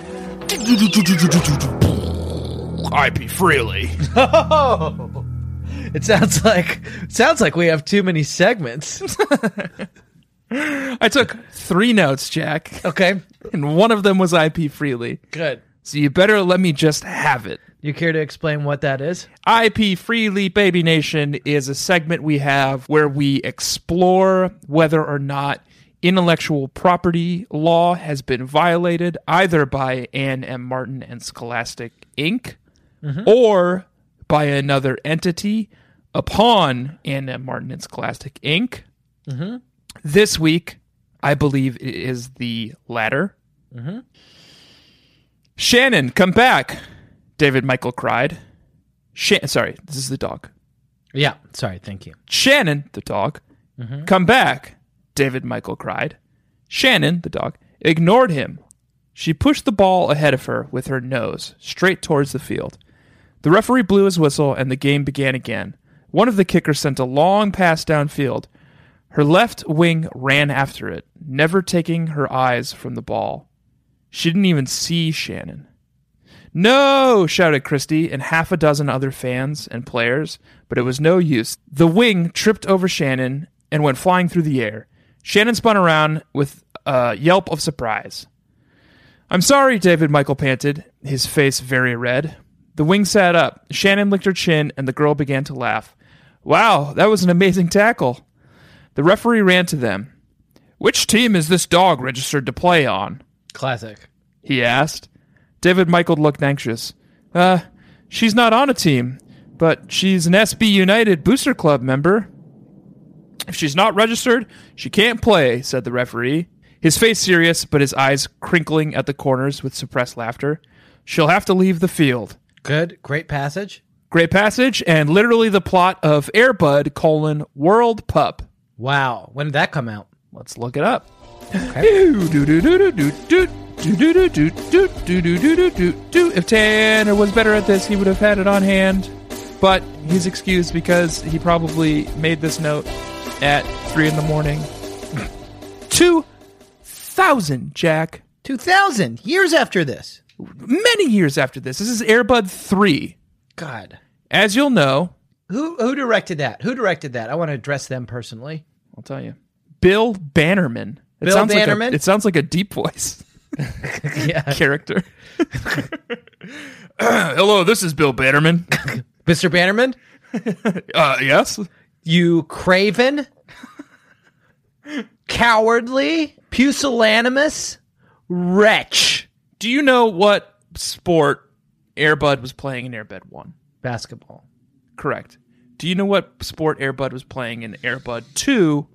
C: freely.
D: Oh, it sounds like sounds like we have too many segments.
C: I took three notes, Jack,
D: Okay,
C: and one of them was IP freely.
D: good.
C: So you better let me just have it.
D: You care to explain what that is?
C: IP Freely Baby Nation is a segment we have where we explore whether or not intellectual property law has been violated either by Anne M. Martin and Scholastic Inc. or by another entity upon Anne M. Martin and Scholastic Inc. This week, I believe it is the latter. Shannon, come back, David Michael cried. Shan- sorry, this is the dog.
D: Yeah. Sorry. Thank you.
C: Shannon, the dog, come back, David Michael cried. Shannon, the dog, ignored him. She pushed the ball ahead of her with her nose straight towards the field. The referee blew his whistle and the game began again. One of the kickers sent a long pass downfield. Her left wing ran after it, never taking her eyes from the ball. She didn't even see Shannon. No! shouted Christie and half a dozen other fans and players, but it was no use. The wing tripped over Shannon and went flying through the air. Shannon spun around with a yelp of surprise. I'm sorry, David Michael panted, his face very red. The wing sat up. Shannon licked her chin, and the girl began to laugh. Wow, that was an amazing tackle. The referee ran to them. Which team is this dog registered to play on?
D: Classic.
C: he asked. David Michael looked anxious. Uh, she's not on a team, but she's an SB United Booster Club member. If she's not registered, she can't play, said the referee, his face serious, but his eyes crinkling at the corners with suppressed laughter. She'll have to leave the field.
D: Good. Great passage.
C: Great passage, and literally the plot of Airbud colon World Pup.
D: Wow. When did that come out?
C: Let's look it up. If Tanner was better at this, he would have had it on hand. But he's excused because he probably made this note at three in the morning. Two thousand, Jack.
D: 2000. Years after this.
C: Many years after this, this is Airbud three.
D: God.
C: As you'll know,
D: Who who directed that? Who directed that? I want to address them personally.
C: I'll tell you, Bill Bannerman. It
D: Bill
C: sounds like a-
D: Bannerman?
C: it sounds like a deep voice.
D: Yeah.
C: character. Hello, this is Bill Bannerman.
D: Mr. Bannerman,
C: Uh, yes.
D: you craven, cowardly, pusillanimous wretch.
C: Do you know what sport Airbud was playing in Airbud 1?
D: Basketball.
C: Correct. Do you know what sport Airbud was playing in Airbud 2?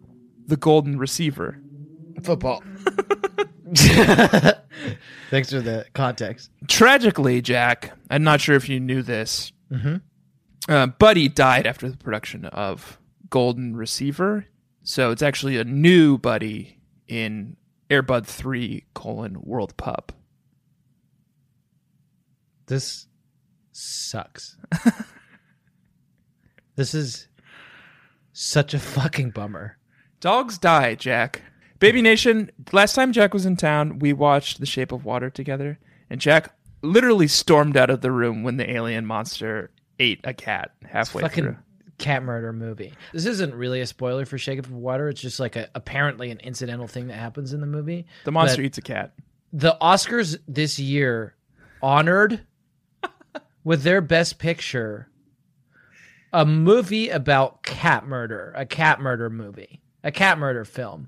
C: The Golden Receiver.
D: Football. Thanks for the context.
C: Tragically, Jack, I'm not sure if you knew this, uh, Buddy died after the production of Golden Receiver. So it's actually a new Buddy in Airbud 3 colon World Pup.
D: This sucks. this is such a fucking bummer.
C: Dogs die, Jack. Baby Nation, last time Jack was in town, we watched The Shape of Water together, and Jack literally stormed out of the room when the alien monster ate a cat halfway
D: fucking
C: through.
D: cat murder movie. This isn't really a spoiler for Shake Up of Water. It's just like a, apparently an incidental thing that happens in the movie.
C: The monster
D: but-
C: eats a cat.
D: The Oscars this year honored with their best picture a movie about cat murder, a cat murder movie, a cat murder film.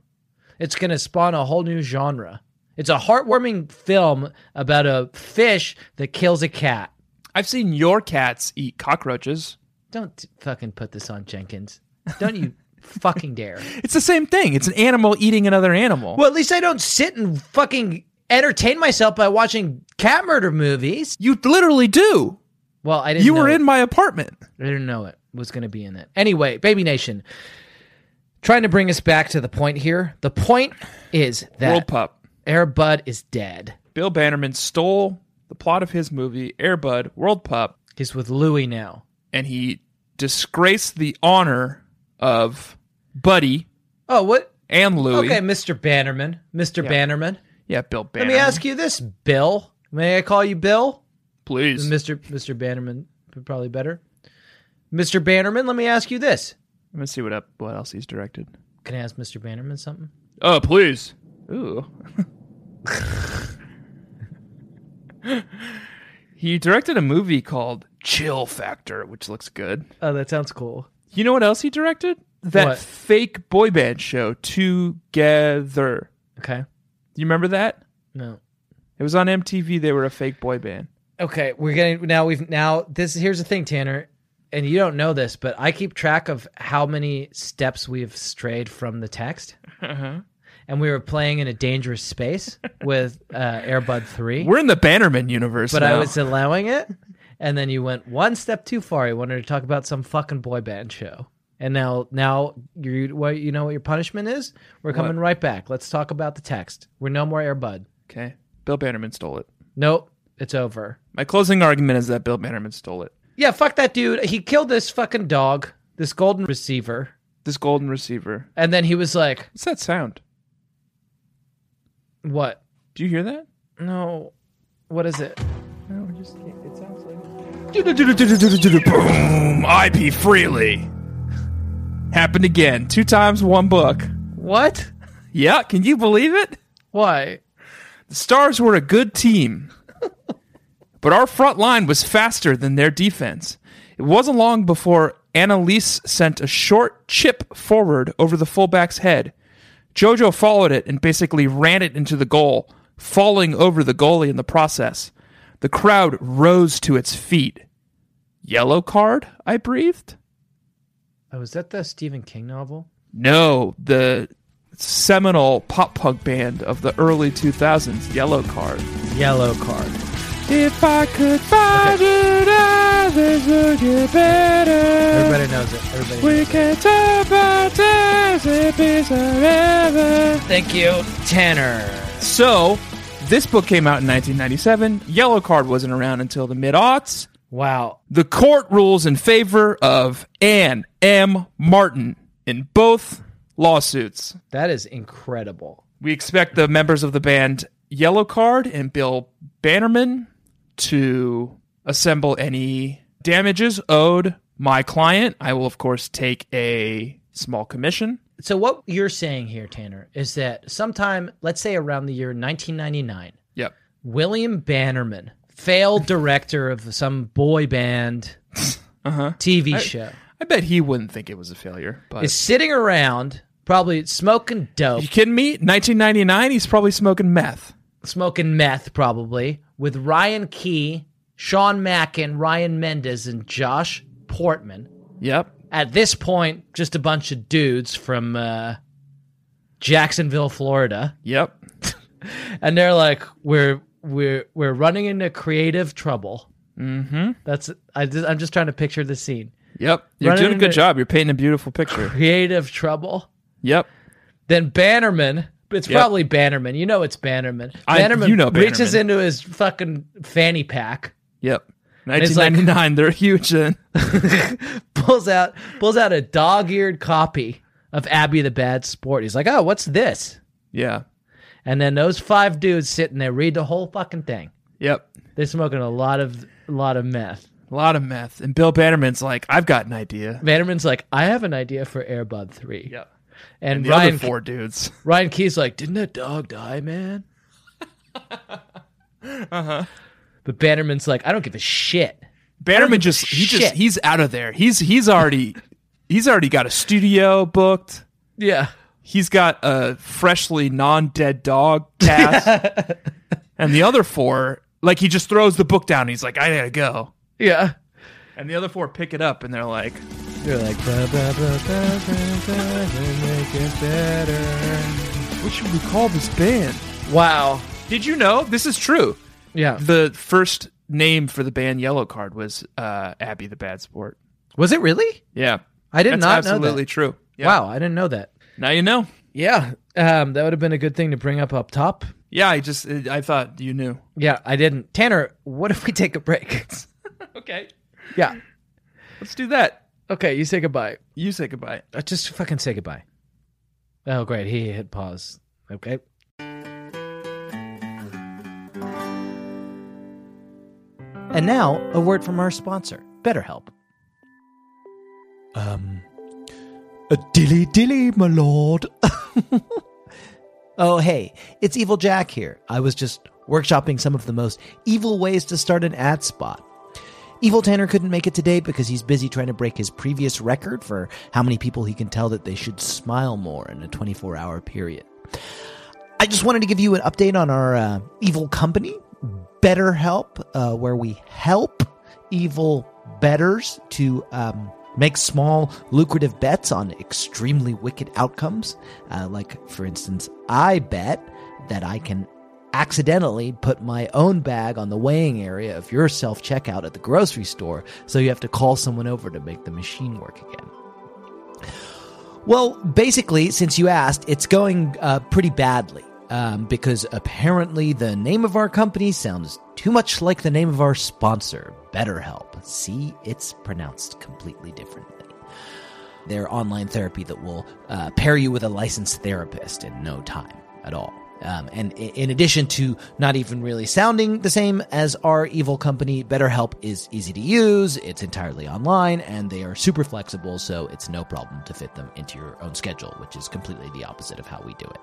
D: It's going to spawn a whole new genre. It's a heartwarming film about a fish that kills a cat.
C: I've seen your cats eat cockroaches.
D: Don't fucking put this on Jenkins. Don't you fucking dare.
C: It's the same thing. It's an animal eating another animal.
D: Well, at least I don't sit and fucking entertain myself by watching cat murder movies.
C: You literally do.
D: Well, I didn't.
C: You were
D: know-
C: in my apartment.
D: I didn't know it was going to be in it. Anyway, Baby Nation, trying to bring us back to the point here. The point is
C: World
D: that
C: Pup.
D: Air Bud is dead.
C: Bill Bannerman stole the plot of his movie, Airbud, World Pup,
D: He's with Louie now.
C: and he disgraced the honor of Buddy
D: Oh, what?
C: and Louie.
D: Okay, Mr. Bannerman. Mr. Bannerman.
C: Yeah, Bill Bannerman.
D: Let me ask you this, Bill. May I call you Bill?
C: please.
D: Mr. Mr. Bannerman, probably better. Mr. Bannerman, let me ask you this.
C: Let me see what up what else he's directed.
D: Can I ask Mr. Bannerman something?
C: Oh, please. Ooh. he directed a movie called Chill Factor, which looks good.
D: Oh, that sounds cool.
C: You know what else he directed? That
D: What?
C: fake boy band show Together.
D: Okay.
C: You remember that?
D: No.
C: It was on MTV. They were a fake boy band.
D: Okay, we're getting now we've now this here's the thing, Tanner, and you don't know this, but I keep track of how many steps we've strayed from the text. Uh-huh. And we were playing in a dangerous space with uh, Airbud 3,
C: We're in the Bannerman universe.
D: but I
C: now.
D: was uh, allowing it. And then you went one step too far. You wanted to talk about some fucking boy band show. And now, now you well, you know what your punishment is. We're coming right back. Let's talk about the text. We're no more Airbud.
C: okay. Bill Bannerman stole it.
D: Nope, it's over.
C: My closing argument is that Bill Bannerman stole it.
D: Yeah, fuck that dude. He killed this fucking dog, this golden receiver,
C: This golden receiver.
D: and then he was like,
C: What's that sound?
D: "What?
C: Do you hear that?
D: No, what is it?"
C: No, just it sounds like. Boom! I pee freely. Happened again. Two times, one book.
D: What?
C: Yeah, can you believe it?
D: Why?
C: The Stars were a good team. But our front line was faster than their defense. It wasn't long before Annalise sent a short chip forward over the fullback's head. Jojo followed it and basically ran it into the goal, falling over the goalie in the process. The crowd rose to its feet. Yellow card, I breathed.
D: Oh, is that the Stephen King novel?
C: No, the seminal pop punk band of the early 2000s, Yellow Card.
D: Yellow card.
C: If I could find it, I would get better.
D: Everybody knows it. Everybody.
C: We can talk about times and be forever.
D: Thank you, Tanner.
C: So, this book came out in 1997. Yellow Card wasn't around until the mid aughts.
D: Wow.
C: The court rules in favor of Anne M. Martin in both lawsuits.
D: That is incredible.
C: We expect the members of the band Yellow Card and Bill Bannerman to assemble any damages owed my client. I will, of course, take a small commission.
D: So what you're saying here, Tanner, is that sometime, let's say around the year 1999,
C: Yep.
D: William Bannerman, failed director of some boy band TV show,
C: Uh-huh. I bet he wouldn't think it was a failure. But
D: is sitting around probably smoking dope,
C: you kidding me? 1999, he's probably smoking meth.
D: smoking meth probably with Ryan Key, Sean Mackin, Ryan Mendez, and Josh Portman.
C: Yep.
D: At this point, just a bunch of dudes from uh, Jacksonville, Florida.
C: Yep.
D: and they're like, "We're we're we're running into creative trouble." Mm-hmm. That's I just, I'm just trying to picture the scene.
C: Yep. You're
D: Running
C: doing a good
D: into-
C: job. You're painting a beautiful picture.
D: Creative trouble.
C: Yep.
D: Then Bannerman. It's
C: Yep.
D: probably Bannerman. You know it's Bannerman.
C: I-
D: Bannerman
C: you know
D: reaches
C: Bannerman.
D: into his fucking fanny pack,
C: Yep.
D: it's like-
C: 1999, they're huge then.
D: pulls out pulls out a dog-eared copy of Abby the Bad Sport. He's like, "Oh, what's this?"
C: Yeah.
D: And then those five dudes sitting there read the whole fucking thing.
C: Yep.
D: They're smoking a lot of a lot of meth.
C: A lot of meth. And Bill Bannerman's like, I've got an idea.
D: Vanderman's like, I have an idea for Airbud 3.
C: Yep.
D: And,
C: And the
D: Ryan,
C: other four dudes.
D: Ryan Key's like, didn't that dog die, man? uh-huh.
C: Uh-huh.
D: But Bannerman's like, I don't give a shit.
C: Bannerman just he
D: Shit.
C: just he's out of there. He's he's already he's already got a studio booked.
D: Yeah.
C: He's got a freshly non-dead dog cast. and the other four, like he just throws the book down. he's like, I gotta go.
D: Yeah.
C: And the other four pick it up and they're like,
D: They're like, "Ba, ba, ba, ba, ba, ba, they make it better."
C: What should we call this band?
D: Wow.
C: Did you know? This is true.
D: Yeah.
C: The first name for the band Yellow Card was uh, Abby the Bad Sport.
D: Was it really?
C: Yeah.
D: I did
C: That's
D: not know that.
C: absolutely true. Yeah.
D: Wow. I didn't know that.
C: Now you know.
D: Yeah. Um, that would have been a good thing to bring up up top.
C: Yeah, I just I thought you knew.
D: Yeah, I didn't. Tanner, what if we take a break?
C: Okay.
D: yeah.
C: Let's do that.
D: Okay, you say goodbye.
C: You say goodbye.
D: Uh, Just fucking say goodbye. Oh, great. He hit pause. Okay. And now, a word from our sponsor, BetterHelp.
E: Um, a dilly dilly, my lord.
F: Oh, hey, it's Evil Jack here. I was just workshopping some of the most evil ways to start an ad spot. Evil Tanner couldn't make it today because he's busy trying to break his previous record for how many people he can tell that they should smile more in a 24 hour period. I just wanted to give you an update on our uh, evil company, BetterHelp, uh, where we help evil betters to um, make small, lucrative bets on extremely wicked outcomes. Uh, like, for instance, I bet that I can accidentally put my own bag on the weighing area of your self checkout at the grocery store, so you have to call someone over to make the machine work again. Well, basically, since you asked, it's going uh, pretty badly um, because apparently the name of our company sounds too much like the name of our sponsor, BetterHelp. See, it's pronounced completely differently. Their online therapy that will uh, pair you with a licensed therapist in no time at all. Um, and i- in addition to not even really sounding the same as our evil company, BetterHelp is easy to use, it's entirely online, and they are super flexible, so it's no problem to fit them into your own schedule, which is completely the opposite of how we do it.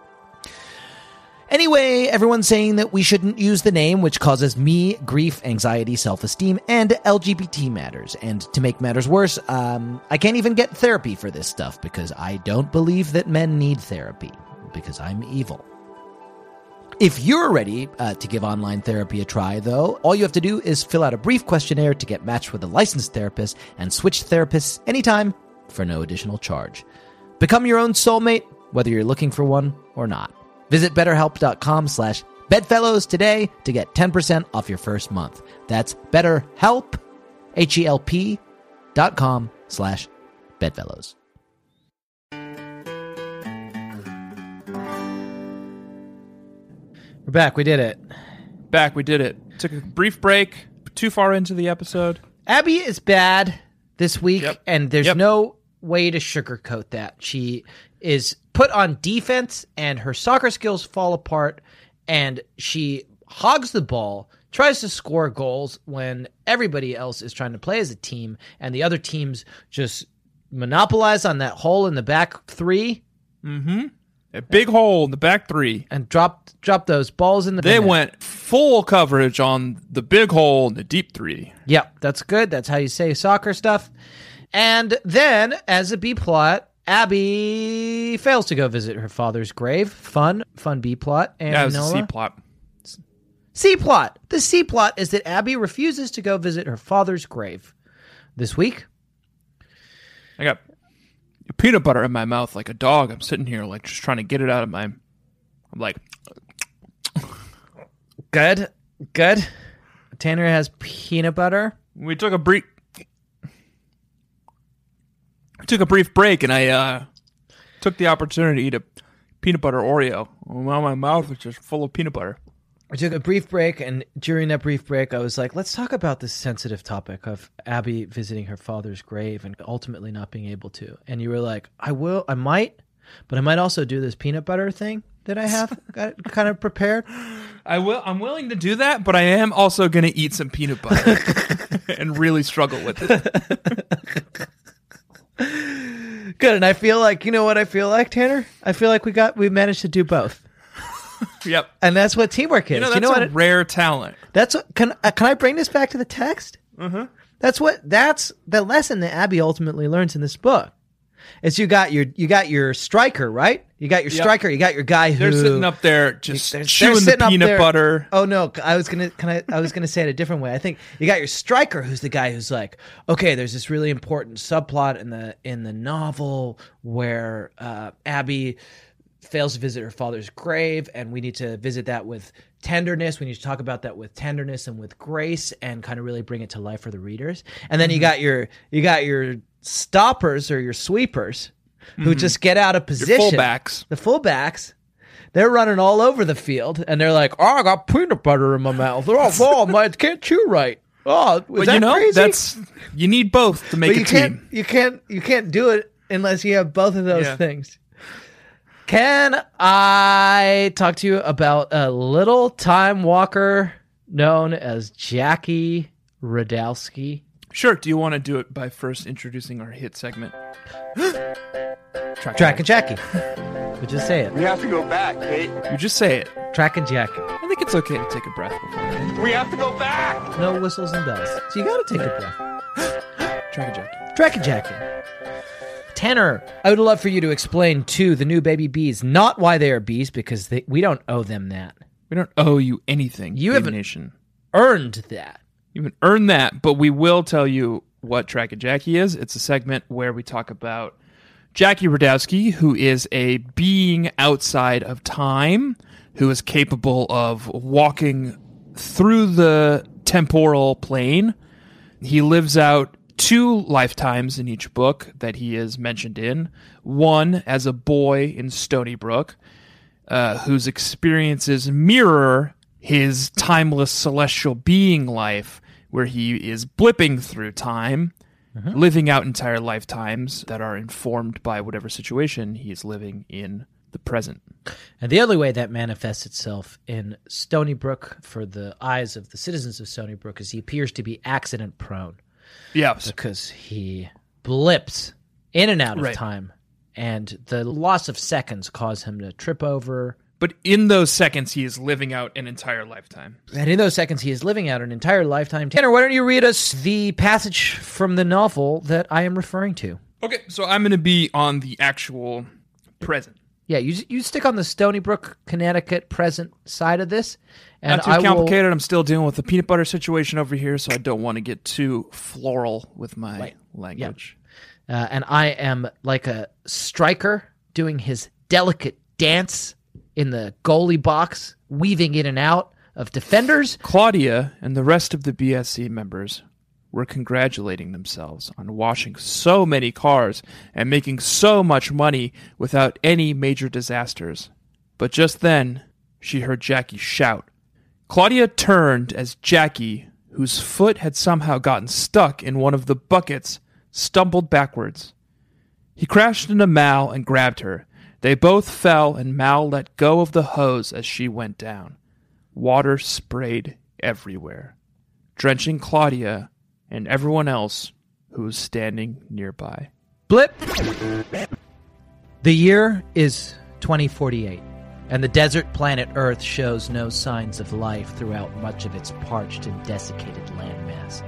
F: Anyway, everyone's saying that we shouldn't use the name, which causes me grief, anxiety, self esteem, and LGBT matters. And to make matters worse, um, I can't even get therapy for this stuff because I don't believe that men need therapy because I'm evil. If you're ready uh, to give online therapy a try, though, all you have to do is fill out a brief questionnaire to get matched with a licensed therapist and switch therapists anytime for no additional charge. Become your own soulmate, whether you're looking for one or not. Visit betterhelp.com slash bedfellows today to get 10% off your first month. That's betterhelp, H-E-L-P dot com slash bedfellows.
D: We're back. We did it.
C: Back, we did it. Took a brief break. Too far into the episode.
D: Abby is bad this week,
C: Yep.
D: and there's
C: Yep.
D: no way to sugarcoat that. She is put on defense, and her soccer skills fall apart, and she hogs the ball, tries to score goals when everybody else is trying to play as a team, and the other teams just monopolize on that hole in the back three
C: A big hole in the back three.
D: and drop drop those balls in the
C: They
D: net.
C: went full coverage on the big hole in the deep three.
D: Yep, that's good. That's how you say soccer stuff. And then, as a B plot, Abby fails to go visit her father's grave. Fun, fun B plot. And
C: That was
D: Noah?
C: a C plot.
D: C plot. The C plot is that Abby refuses to go visit her father's grave this week.
C: I got peanut butter in my mouth like a dog. I'm sitting here like just trying to get it out of my. I'm like,
D: Good, good. Tanner has peanut butter.
C: we took a brief. We took a brief break, and I uh, took the opportunity to eat a peanut butter Oreo. Well, my mouth was just full of peanut butter.
D: I took a brief break, and during that brief break, I was like, let's talk about this sensitive topic of Abby visiting her father's grave and ultimately not being able to. And you were like, I will, I might, but I might also do this peanut butter thing that I have got kind of prepared.
C: I will. I'm willing to do that, but I am also going to eat some peanut butter and really struggle with it.
D: Good. And I feel like, you know what I feel like, Tanner? I feel like we got, we managed to do both.
C: Yep.
D: And that's what teamwork is.
C: You know, that's
D: what?
C: a
D: it-
C: rare talent.
D: That's what, can uh, can I bring this back to the text? Mm-hmm. That's what that's the lesson that Abby ultimately learns in this book. Is you got your you got your striker right? You got your
C: Yep.
D: striker. You got your guy who
C: They're sitting up there just
D: they're- they're
C: chewing
D: sitting
C: the
D: up
C: peanut
D: there-
C: butter.
D: Oh no, I was gonna can I I was gonna say it a different way. I think you got your striker who's the guy who's like, okay, there's this really important subplot in the in the novel where uh, Abby fails to visit her father's grave, and we need to visit that with tenderness. We need to talk about that with tenderness and with grace, and kind of really bring it to life for the readers. And
C: Mm-hmm.
D: then you got your you got your stoppers or your sweepers who just get out of
C: Mm-hmm. Your
D: position
C: fullbacks.
D: the fullbacks, they're running all over the field and they're like, "Oh, I got peanut butter in my mouth. Oh, oh my, I can't chew right. Oh, is
C: But
D: that
C: you know,
D: crazy?"
C: that's you need both to make
D: but you
C: a team.
D: can't, you can't, you can't do it unless you have both of those
C: Yeah.
D: things. Can I talk to you about a little time walker known as Jackie Radowski?
C: Sure. Do you want to do it by first introducing our hit segment? Track.
D: Track and Jackie. Would just say
G: We
D: it.
G: have to go back, Kate.
C: You just say it.
D: Track and Jackie.
C: I think it's okay to take a breath. Before.
G: We have to go back.
D: No whistles and bells. So you gotta take a breath.
C: Track and Jack.
D: Dragon Jackie. Tanner, I would love for you to explain to the new baby bees not why they are bees because they, we don't owe them that.
C: We don't owe you anything.
D: You
C: Big
D: haven't-
C: nation.
D: Earned that.
C: You can earn that, but we will tell you what Track and Jackie is. It's a segment where we talk about Jackie Radowski, who is a being outside of time, who is capable of walking through the temporal plane. He lives out two lifetimes in each book that he is mentioned in one as a boy in Stony Brook, uh, whose experiences mirror his timeless celestial being life, where he is blipping through time,
D: Uh-huh.
C: living out entire lifetimes that are informed by whatever situation he is living in the present.
D: And the other way that manifests itself in Stony Brook for the eyes of the citizens of Stony Brook is he appears to be accident prone
C: Yeah.
D: because he blips in and out of
C: Right.
D: time. And the loss of seconds cause him to trip over.
C: But in those seconds, he is living out an entire lifetime.
D: And in those seconds, he is living out an entire lifetime. Tanner, why don't you read us the passage from the novel that I am referring to?
C: Okay, so I'm going to be on the actual present.
D: Yeah, you you stick on the Stony Brook, Connecticut present side of this, and
C: Not too
D: I
C: complicated. I'm still dealing with the peanut butter situation over here, so I don't want to get too floral with my language.
D: will, uh, and I am like a striker doing his delicate dance in the goalie box, weaving in and out of defenders.
C: Claudia and the rest of the BSC members were congratulating themselves on washing so many cars and making so much money without any major disasters. But just then, she heard Jackie shout. Claudia turned as Jackie, whose foot had somehow gotten stuck in one of the buckets, stumbled backwards. He crashed into Mal and grabbed her. They both fell, and Mal let go of the hose as she went down. Water sprayed everywhere, drenching Claudia and everyone else who was standing nearby.
D: Blip. The year is 2048, and the desert planet Earth shows no signs of life throughout much of its parched and desiccated landmass.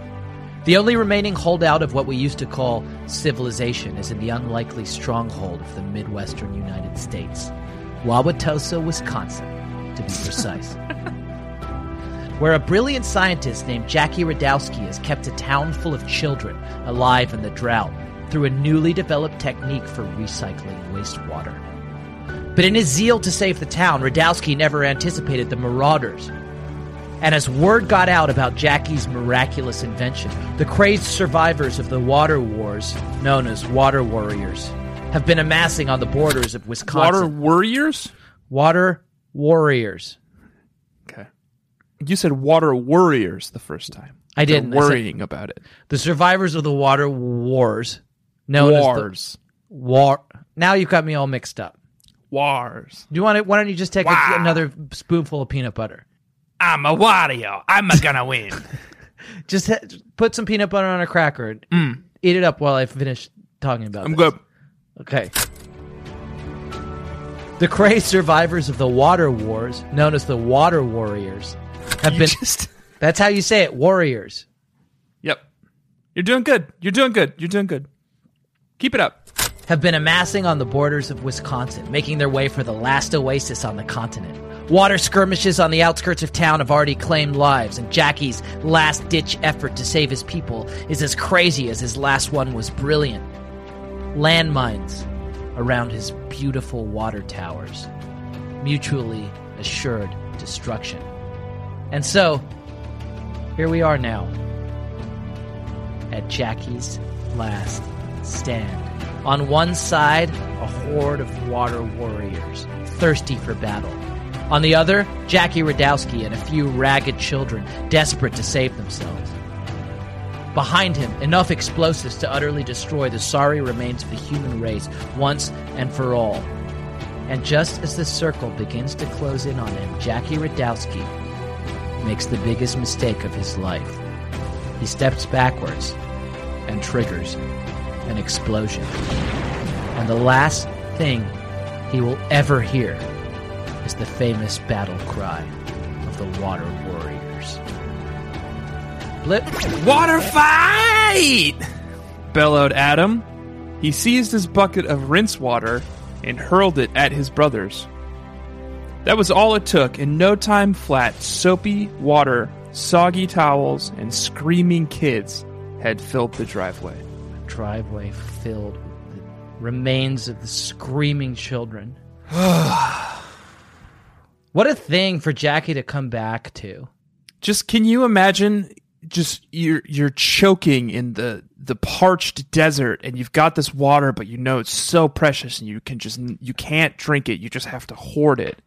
D: The only remaining holdout of what we used to call civilization is in the unlikely stronghold of the Midwestern United States, Wauwatosa, Wisconsin, to be precise where a brilliant scientist named Jackie Radowski has kept a town full of children alive in the drought through a newly developed technique for recycling wastewater. But in his zeal to save the town, Radowski never anticipated the marauders. And as word got out about Jackie's miraculous invention, the crazed survivors of the water wars, known as water warriors, have been amassing on the borders of Wisconsin.
C: Water warriors?
D: water warriors.
C: Okay. You said water warriors the first time.
D: I
C: They're
D: didn't. I said-
C: worrying about it.
D: The survivors of the water wars, known as
C: Wars.
D: the war. Now you've got me all mixed up.
C: Wars.
D: Do you want to, Why don't you just take a- another spoonful of peanut butter?
C: I'm a warrior. I'm a gonna win.
D: Just ha- put some peanut butter on a cracker and eat it up while I finish talking
C: Mm.
D: about.
C: I'm
D: this.
C: good.
D: Okay. The crazed survivors of the water wars, known as the water warriors, have been.
C: Just-
D: That's how you say it, warriors.
C: Yep. You're doing good. You're doing good. You're doing good. Keep it up.
D: have been amassing on the borders of Wisconsin, making their way for the last oasis on the continent. Water skirmishes on the outskirts of town have already claimed lives, and Jackie's last ditch effort to save his people is as crazy as his last one was brilliant. Landmines around his beautiful water towers, mutually assured destruction. And so, here we are now at Jackie's last stand. On one side, a horde of water warriors, thirsty for battle. On the other, Jackie Radowski and a few ragged children, desperate to save themselves. Behind him, enough explosives to utterly destroy the sorry remains of the human race once and for all. And just as the circle begins to close in on him, Jackie Radowski makes the biggest mistake of his life. He steps backwards and triggers an explosion. And the last thing he will ever hear is the famous battle cry of the Water Warriors. Blip.
C: Water fight! Bellowed Adam. He seized his bucket of rinse water and hurled it at his brothers. That was all it took. In no time flat, soapy water, soggy towels, and screaming kids had filled the driveway.
D: Driveway filled with the remains of the screaming children. what a thing for Jackie to come back to.
C: Just can you imagine just you're you're choking in the the parched desert and you've got this water but you know it's so precious and you can just you can't drink it you just have to hoard it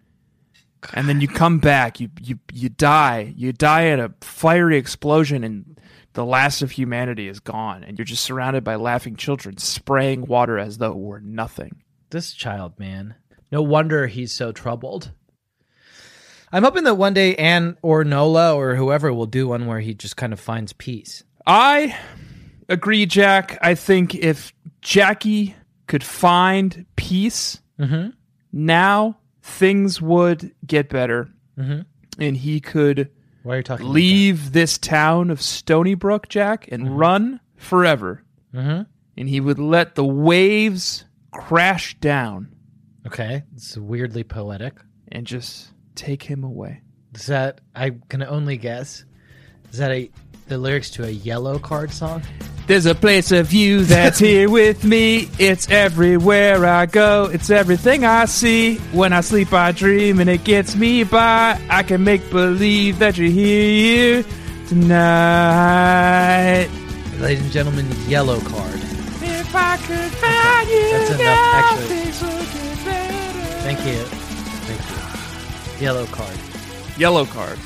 C: and then you come back you you you die you die in a fiery explosion and the last of humanity is gone and you're just surrounded by laughing children spraying water as though it were nothing
D: This child, man. No wonder he's so troubled. I'm hoping that one day Anne or Nola or whoever will do one where he just kind of finds peace.
C: I agree, Jack. I think if Jackie could find peace now, things would get better and he could
D: Why are you talking? about
C: leave this town of Stony Brook, Jack, and run forever.
D: Mm-hmm.
C: And he would let the waves crash down
D: that? Okay, it's weirdly poetic.
C: and just take him away.
D: Is that I can only guess? Is that a the lyrics to a yellow card song?
C: There's a place of you that's here with me. It's everywhere I go. It's everything I see. When I sleep, I dream, and it gets me by. I can make believe that you're here tonight.
D: Ladies and gentlemen, yellow card.
C: If I could find you,
D: That's enough,
C: now
D: actually.
C: things would get better.
D: Thank you. Thank you. Yellow card.
C: Yellow card,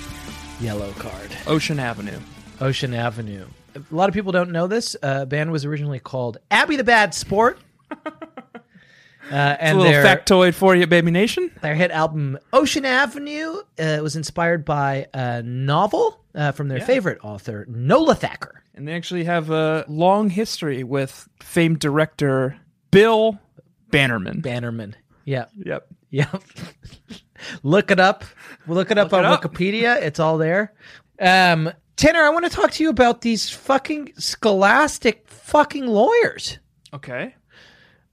D: Yellow card.
C: Ocean Avenue.
D: Ocean Avenue. A lot of people don't know this. Uh, band was originally called Abby the Bad Sport. Uh,
C: A
D: and
C: little
D: their,
C: factoid for you, Baby Nation.
D: their hit album Ocean Avenue uh, was inspired by a novel uh, from their favorite author, Nola Thacker.
C: And they actually have a long history with famed director Bill Bannerman.
D: Bannerman. Yeah.
C: yep.
D: Yep. Look it up. Look it up on
C: it up.
D: Wikipedia. It's all there. Um, Tanner, I want to talk to you about these fucking scholastic fucking lawyers.
C: Okay.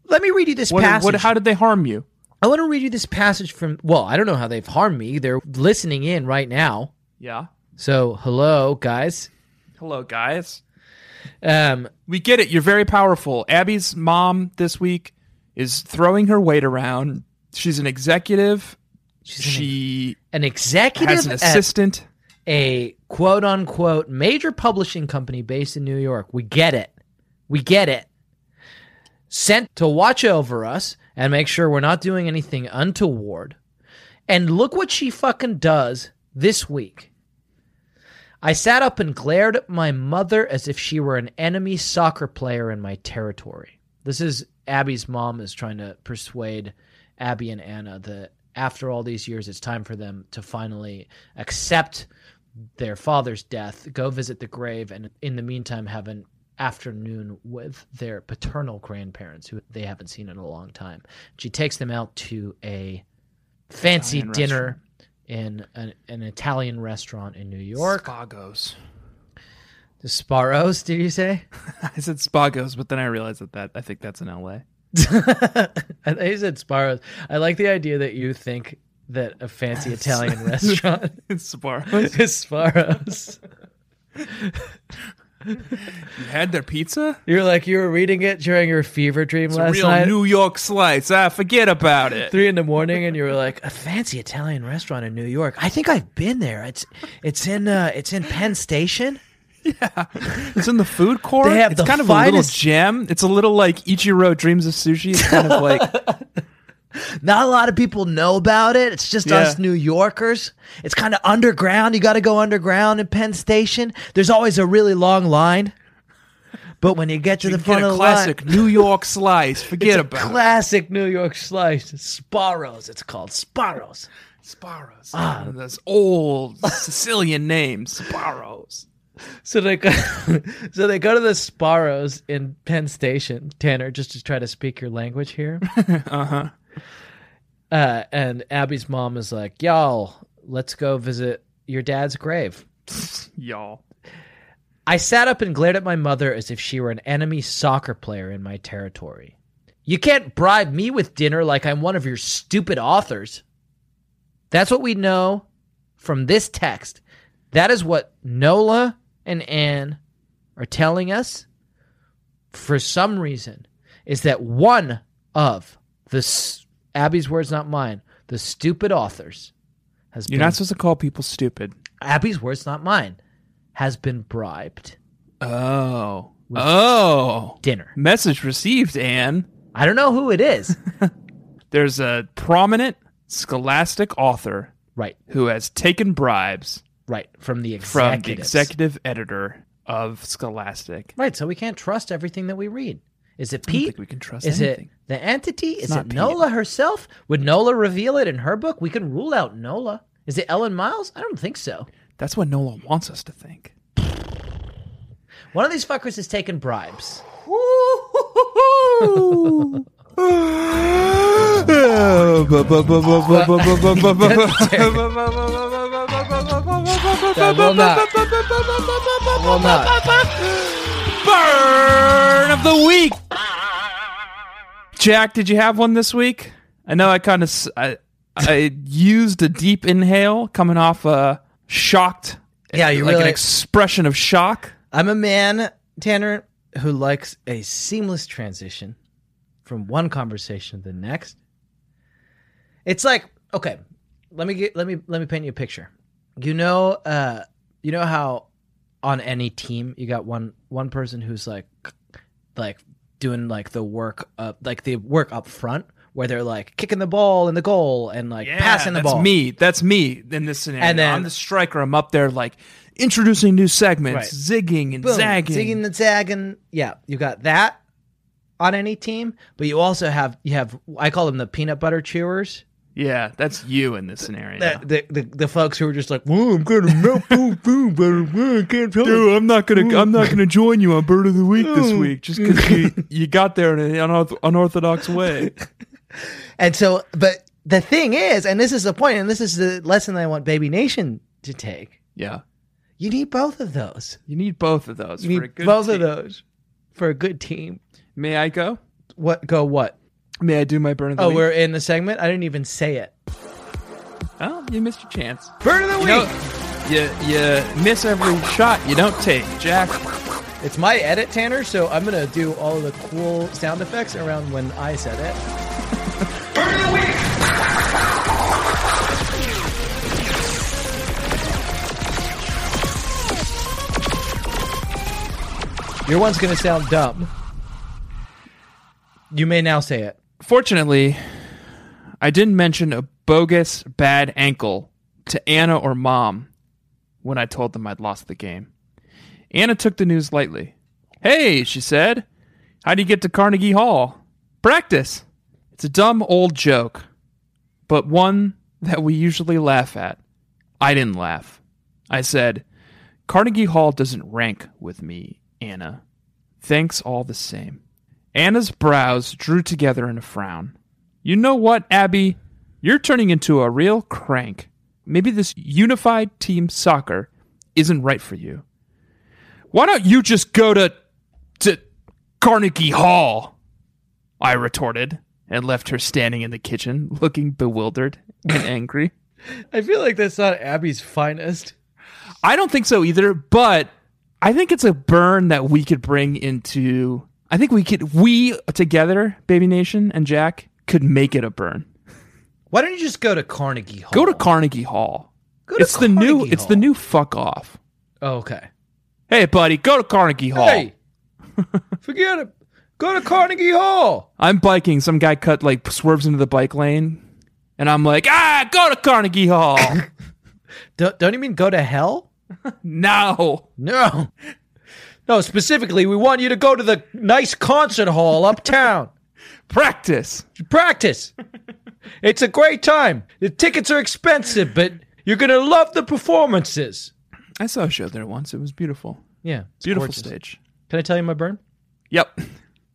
D: Let me read you this
C: What,
D: passage.
C: what, how did they harm you?
D: I want to read you this passage from. Well, I don't know how they've harmed me. They're listening in right now.
C: Yeah.
D: So, hello, guys.
C: Hello, guys.
D: Um,
C: We get it. You're very powerful. Abby's mom this week is throwing her weight around. She's an executive. she
D: an executive
C: has an
D: at
C: assistant.
D: a quote unquote major publishing company based in New York. We get it. We get it. Sent to watch over us and make sure we're not doing anything untoward. And look what she fucking does this week. I sat up and glared at my mother as if she were an enemy soccer player in my territory. This is Abby's mom is trying to persuade Abby and Anna that after all these years, it's time for them to finally accept their father's death, go visit the grave, and in the meantime, have an afternoon with their paternal grandparents who they haven't seen in a long time. She takes them out to a fancy
C: Italian
D: dinner in an, an Italian restaurant in New York.
C: Spagos.
D: The Sparrows, did you say?
C: I said Spagos, but then I realized that, that I think that's in L.A.
D: I thought you said Sparrows. I like the idea that you think that a fancy Italian restaurant
C: It's Spagos.
D: is Sparrows.
C: You had their pizza.
D: You're like you were reading it during your fever dream
C: It's a
D: last
C: real
D: night.
C: New York slice. Ah, forget about it.
D: three in the morning and you were like a fancy Italian restaurant in New York. I think I've been there. It's it's in uh, it's in Penn Station.
C: It's in the food court.
D: They have
C: it's
D: the
C: kind of a little
D: finest-
C: gem. It's a little like Ichiro Dreams of Sushi. It's kind of like
D: Not a lot of people know about it. It's just
C: Yeah.
D: us New Yorkers. It's kind of underground. You got to go underground in Penn Station. There's always a really long line. But when you get to the
C: you
D: front
C: get a
D: of the
C: classic
D: line,
C: New York slice. Forget
D: it's a
C: about it.
D: classic New York slice. Sparrows, it's called Sparrows.
C: Sparrows.
D: Ah,
C: One of those old Sicilian names. Sparrows.
D: So they go, so they go to the Sparrows in Penn Station, Tanner, just to try to speak your language here. uh-huh. and Abby's mom is like, "Y'all, let's go visit your dad's grave."
C: Y'all.
D: I sat up and glared at my mother as if she were an enemy soccer player in my territory. You can't bribe me with dinner like I'm one of your stupid authors. That's what we know from this text. That is what Nola and Anne are telling us for some reason is that one of the s- Abby's words not mine, the stupid authors has
C: You're
D: been
C: not supposed to call people stupid.
D: Abby's words not mine has been bribed
C: Oh. Oh.
D: dinner.
C: Message received, Anne.
D: I don't know who it is.
C: There's a prominent scholastic author
D: right,
C: who has taken bribes
D: right. From the
C: from
D: executives.
C: the executive editor of Scholastic.
D: Right, so we can't trust everything that we read. Is it
C: I don't
D: Pete?
C: think we can trust
D: Is
C: anything.
D: it the entity? Is
C: not
D: it
C: Pete.
D: Nola herself? Would Nola reveal it in her book? We can rule out Nola. Is it Ellen Miles? I don't think so.
C: That's what Nola wants us to think.
D: One of these fuckers has taken bribes.
F: Oh,
D: I will not. I will not.
C: Burn of the week. Jack, did you have one this week? I know I kind of I, I used a deep inhale coming off a shocked.
D: Yeah, you
C: like an
D: really-
C: expression of shock.
D: I'm a man, Tanner, who likes a seamless transition from one conversation to the next. It's like, okay, let me get let me let me paint you a picture. You know, uh, you know how on any team you got one one person who's like like doing like the work up like the work up front where they're like kicking the ball in the goal and like passing the
C: that's
D: ball.
C: me. That's me in this scenario.
D: And then-
C: I'm the striker. I'm up there like introducing new segments, zigging and
D: Boom.
C: zagging.
D: Zigging and zagging. Yeah, you got that on any team, but you also have you have I call them the peanut butter chewers.
C: yeah, that's you in this scenario.
D: The, the, the the folks who are just like, "Whoa, I'm gonna melt, boom, boom, boom, boom, can't tell it."
C: Dude, I'm not gonna. I'm not gonna join you on Bird of the Week this week just because you, you got there in an unorth- unorthodox way.
D: And so, but the thing is, and this is the point, and this is the lesson that I want Baby Nation to take.
C: Yeah,
D: You need both of those.
C: you need both of those.
D: You
C: for a
D: need
C: good
D: both of
C: team.
D: those for a good team.
C: May I go?
D: What go what?
C: May I do my Bird of the
D: Oh,
C: Week?
D: we're in the segment. I didn't even say it.
C: Oh, you missed your chance.
D: Bird of the week.
C: You, know, you you miss every shot you don't take, Jack.
D: It's my edit, Tanner, so I'm gonna do all the cool sound effects around when I said it. Your one's gonna sound dumb. You may now say it.
C: Fortunately, I didn't mention a bogus bad ankle to Anna or mom when I told them I'd lost the game. Anna took the news lightly. Hey, she said, how do you get to Carnegie Hall? Practice. It's a dumb old joke, but one that we usually laugh at. I didn't laugh. I said, Carnegie Hall doesn't rank with me, Anna. Thanks all the same. Anna's brows drew together in a frown. You know what, Abby? You're turning into a real crank. Maybe this unified team soccer isn't right for you. Why don't you just go to to Carnegie Hall? I retorted and left her standing in the kitchen looking bewildered and angry.
D: I feel like that's not Abby's finest.
C: I don't think so either, but I think it's a burn that we could bring into I think we could we together, Baby Nation and Jack, could make it a burn.
D: Why don't you just go to Carnegie Hall?
C: Go to Carnegie Hall.
D: Oh. Go to
C: it's the new
D: Carnegie
C: it's the
D: Hall.
C: new fuck off.
D: Oh, okay.
C: Hey buddy, go to Carnegie Hall.
D: Hey, forget it. Go to Carnegie Hall.
C: I'm biking, some guy cut like swerves into the bike lane and I'm like, "Ah, go to Carnegie Hall."
D: Don't, don't you mean go to hell?
C: no.
D: No. No, specifically, we want you to go to the nice concert hall uptown
C: Practice.
D: to practice. It's a great time. The tickets are expensive, but you're going to love the performances.
C: I saw a show there once. It was beautiful.
D: Yeah. it's
C: Beautiful
D: gorgeous.
C: stage.
D: Can I tell you my burn?
C: Yep.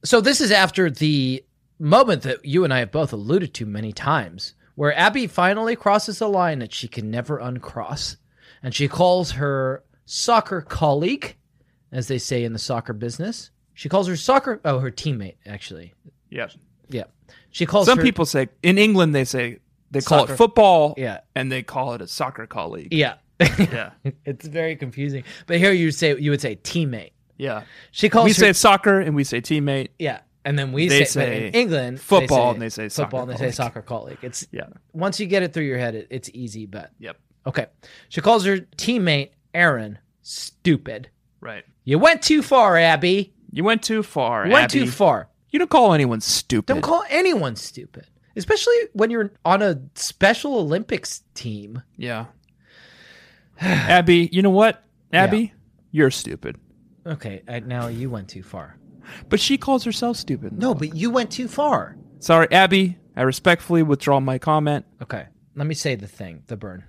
D: So, this is after the moment that you and I have both alluded to many times, where Abby finally crosses a line that she can never uncross. And she calls her soccer colleague, as they say in the soccer business. She calls her soccer, oh, her teammate, actually.
C: Yep.
D: Yeah. She calls
C: Some
D: her-
C: people say in England they say they call
D: Soccer.
C: it football,
D: Yeah.
C: and they call it a soccer colleague.
D: Yeah.
C: Yeah,
D: it's very confusing. But here you say you would say teammate.
C: yeah.
D: She calls
C: we
D: her,
C: say soccer and we say teammate.
D: yeah. And then we
C: They
D: say, but in
C: say
D: England
C: football and they say soccer
D: football and they say
C: colleague.
D: soccer colleague. It's
C: Yeah,
D: once you get it through your head, it, it's easy. But
C: yep,
D: okay, she calls her teammate Aaron stupid.
C: right.
D: You went too far, Abby.
C: You went too far.
D: You went
C: Abby.
D: too far.
C: You don't call anyone stupid.
D: Don't call anyone stupid, especially when you're on a Special Olympics team.
C: Yeah. Abby, you know what? Abby, you're stupid.
D: Okay, I, now you went too far.
C: But she calls herself stupid.
D: No, but you went too far.
C: Sorry, Abby. I respectfully withdraw my comment.
D: Okay, let me say the thing, the burn.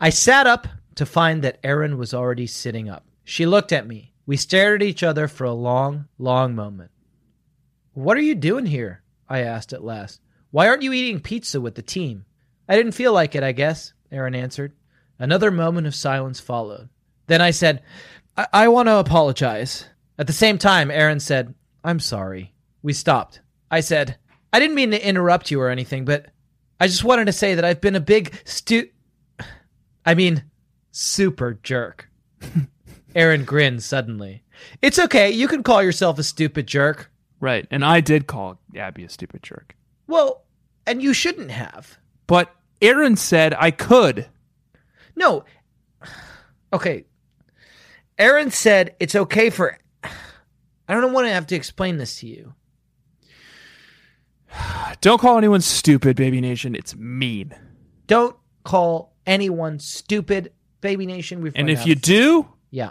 D: I sat up to find that Erin was already sitting up. She looked at me. We stared at each other for a long, long moment. What are you doing here? I asked at last. Why aren't you eating pizza with the team? I didn't feel like it, I guess, Aaron answered. Another moment of silence followed. Then I said, I, I want to apologize. At the same time, Aaron said, I'm sorry. We stopped. I said, I didn't mean to interrupt you or anything, but I just wanted to say that I've been a big stu. I mean, super jerk. Aaron grinned suddenly. It's okay. You can call yourself a stupid jerk.
C: Right. And I did call Abby a stupid jerk.
D: Well, and you shouldn't have.
C: But Aaron said I could.
D: No. Okay. Aaron said it's okay for. I don't want to have to explain this to you.
C: Don't call anyone stupid, Baby Nation. It's mean.
D: Don't call anyone stupid, Baby Nation. We've
C: And
D: run
C: if
D: out
C: you
D: of-
C: do,
D: yeah,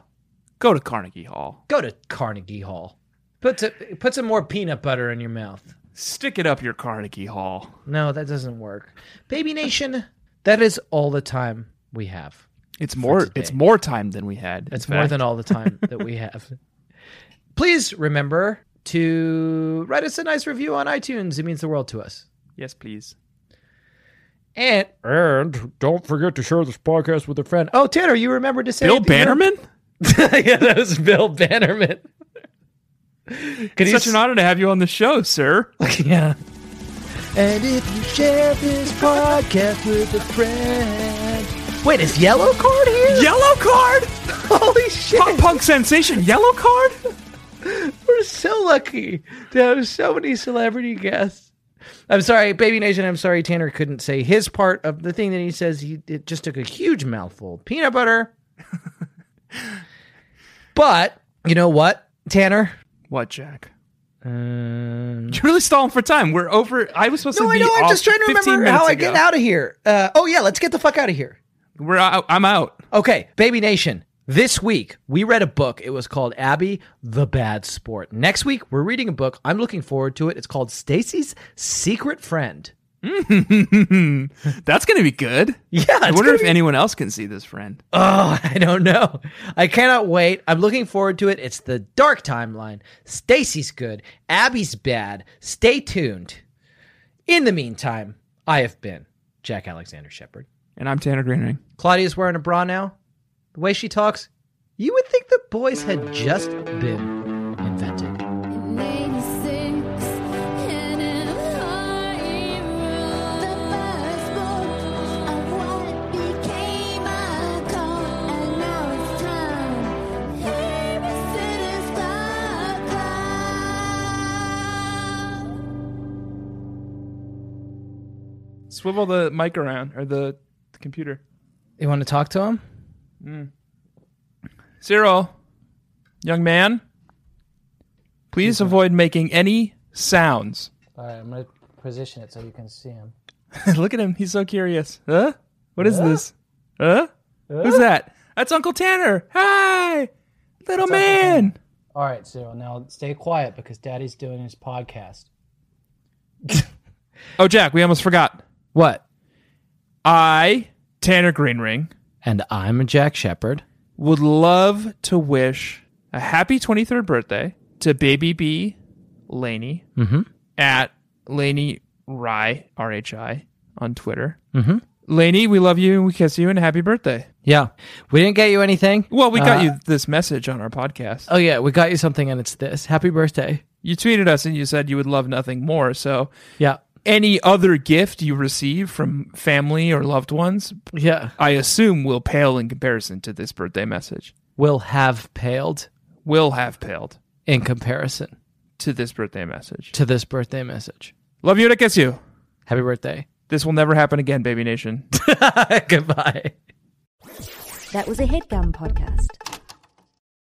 C: go to Carnegie Hall.
D: go to Carnegie Hall. Put some, put some more peanut butter in your mouth.
C: Stick it up your Carnegie Hall.
D: No, that doesn't work. Baby Nation, that is all the time we have.
C: It's more
D: today.
C: it's more time than we had. in
D: That's more
C: fact.
D: than all the time that we have. Please remember to write us a nice review on iTunes. It means the world to us.
C: Yes, please.
D: And and don't forget to share this podcast with a friend. Oh, Tanner, you remember to say
C: Bill
D: at the end-
C: Bannerman?
D: yeah, that was Bill Bannerman. Could
C: Such an honor to have you on the show, sir.
D: yeah.
F: And if you share this podcast with a friend. Wait, is Yellow Card here?
C: Yellow card?
D: Holy shit!
C: Pop punk sensation, yellow card?
D: We're so lucky to have so many celebrity guests. I'm sorry, Baby Nation. I'm sorry, Tanner couldn't say his part of the thing that he says. He it just took a huge mouthful of peanut butter. but you know what, Tanner?
C: What, Jack? Uh,
D: Um,
C: You're really stalling for time. We're over. I was supposed
D: no,
C: to
D: I
C: be
D: know. I'm
C: off
D: just trying to
C: 15
D: remember
C: minutes
D: how I
C: ago.
D: get out of here. Uh, oh yeah, let's get the fuck out of here.
C: We're out. I'm out.
D: Okay, Baby Nation. This week we read a book. It was called Abby the Bad Sport. Next week we're reading a book. I'm looking forward to it. It's called Stacy's Secret Friend.
C: That's going to be good.
D: Yeah,
C: I
D: it's
C: wonder
D: gonna
C: if
D: be-
C: anyone else can see this friend.
D: Oh, I don't know. I cannot wait. I'm looking forward to it. It's the dark timeline. Stacy's good. Abby's bad. Stay tuned. In the meantime, I have been Jack Alexander Shepard.
C: And I'm Tanner Greenring.
D: Claudia's wearing a bra now. The way she talks, you would think the boys had just been invented.
H: In 86, and in Hollywood, the first book of what became a cult, and now it's time. Here is Sinners Club Club.
C: Swivel the mic around or the, the computer.
D: You want to talk to him?
C: Cyril, young man, please avoid making any sounds.
D: All right, I'm going to position it so you can see him.
C: Look at him. He's so curious. Huh? What is this? Huh? Who's that? That's Uncle Tanner. Hi, little man.
D: All right, Cyril, now stay quiet because Daddy's doing his podcast.
C: Oh, Jack, we almost forgot.
D: What?
C: I, Tanner Greenring,
D: And I'm Jack Shepard.
C: would love to wish a happy 23rd birthday to baby B Laney at Laney Rye, R H I, on Twitter. Mm-hmm. Laney, we love you and we kiss you and happy birthday.
D: Yeah. We didn't get you anything.
C: Well, we got
D: Uh,
C: you this message on our podcast.
D: Oh, yeah, we got you something, and it's this. Happy birthday.
C: you tweeted us and you said you would love nothing more. So,
D: Yeah.
C: any other gift you receive from family or loved ones,
D: Yeah.
C: I assume will pale in comparison to this birthday message.
D: Will have paled
C: Will have paled
D: in comparison
C: to this birthday message.
D: to this birthday message.
C: Love you and I kiss you.
D: Happy birthday.
C: This will never happen again, Baby Nation.
D: Goodbye.
A: That was a headgum podcast.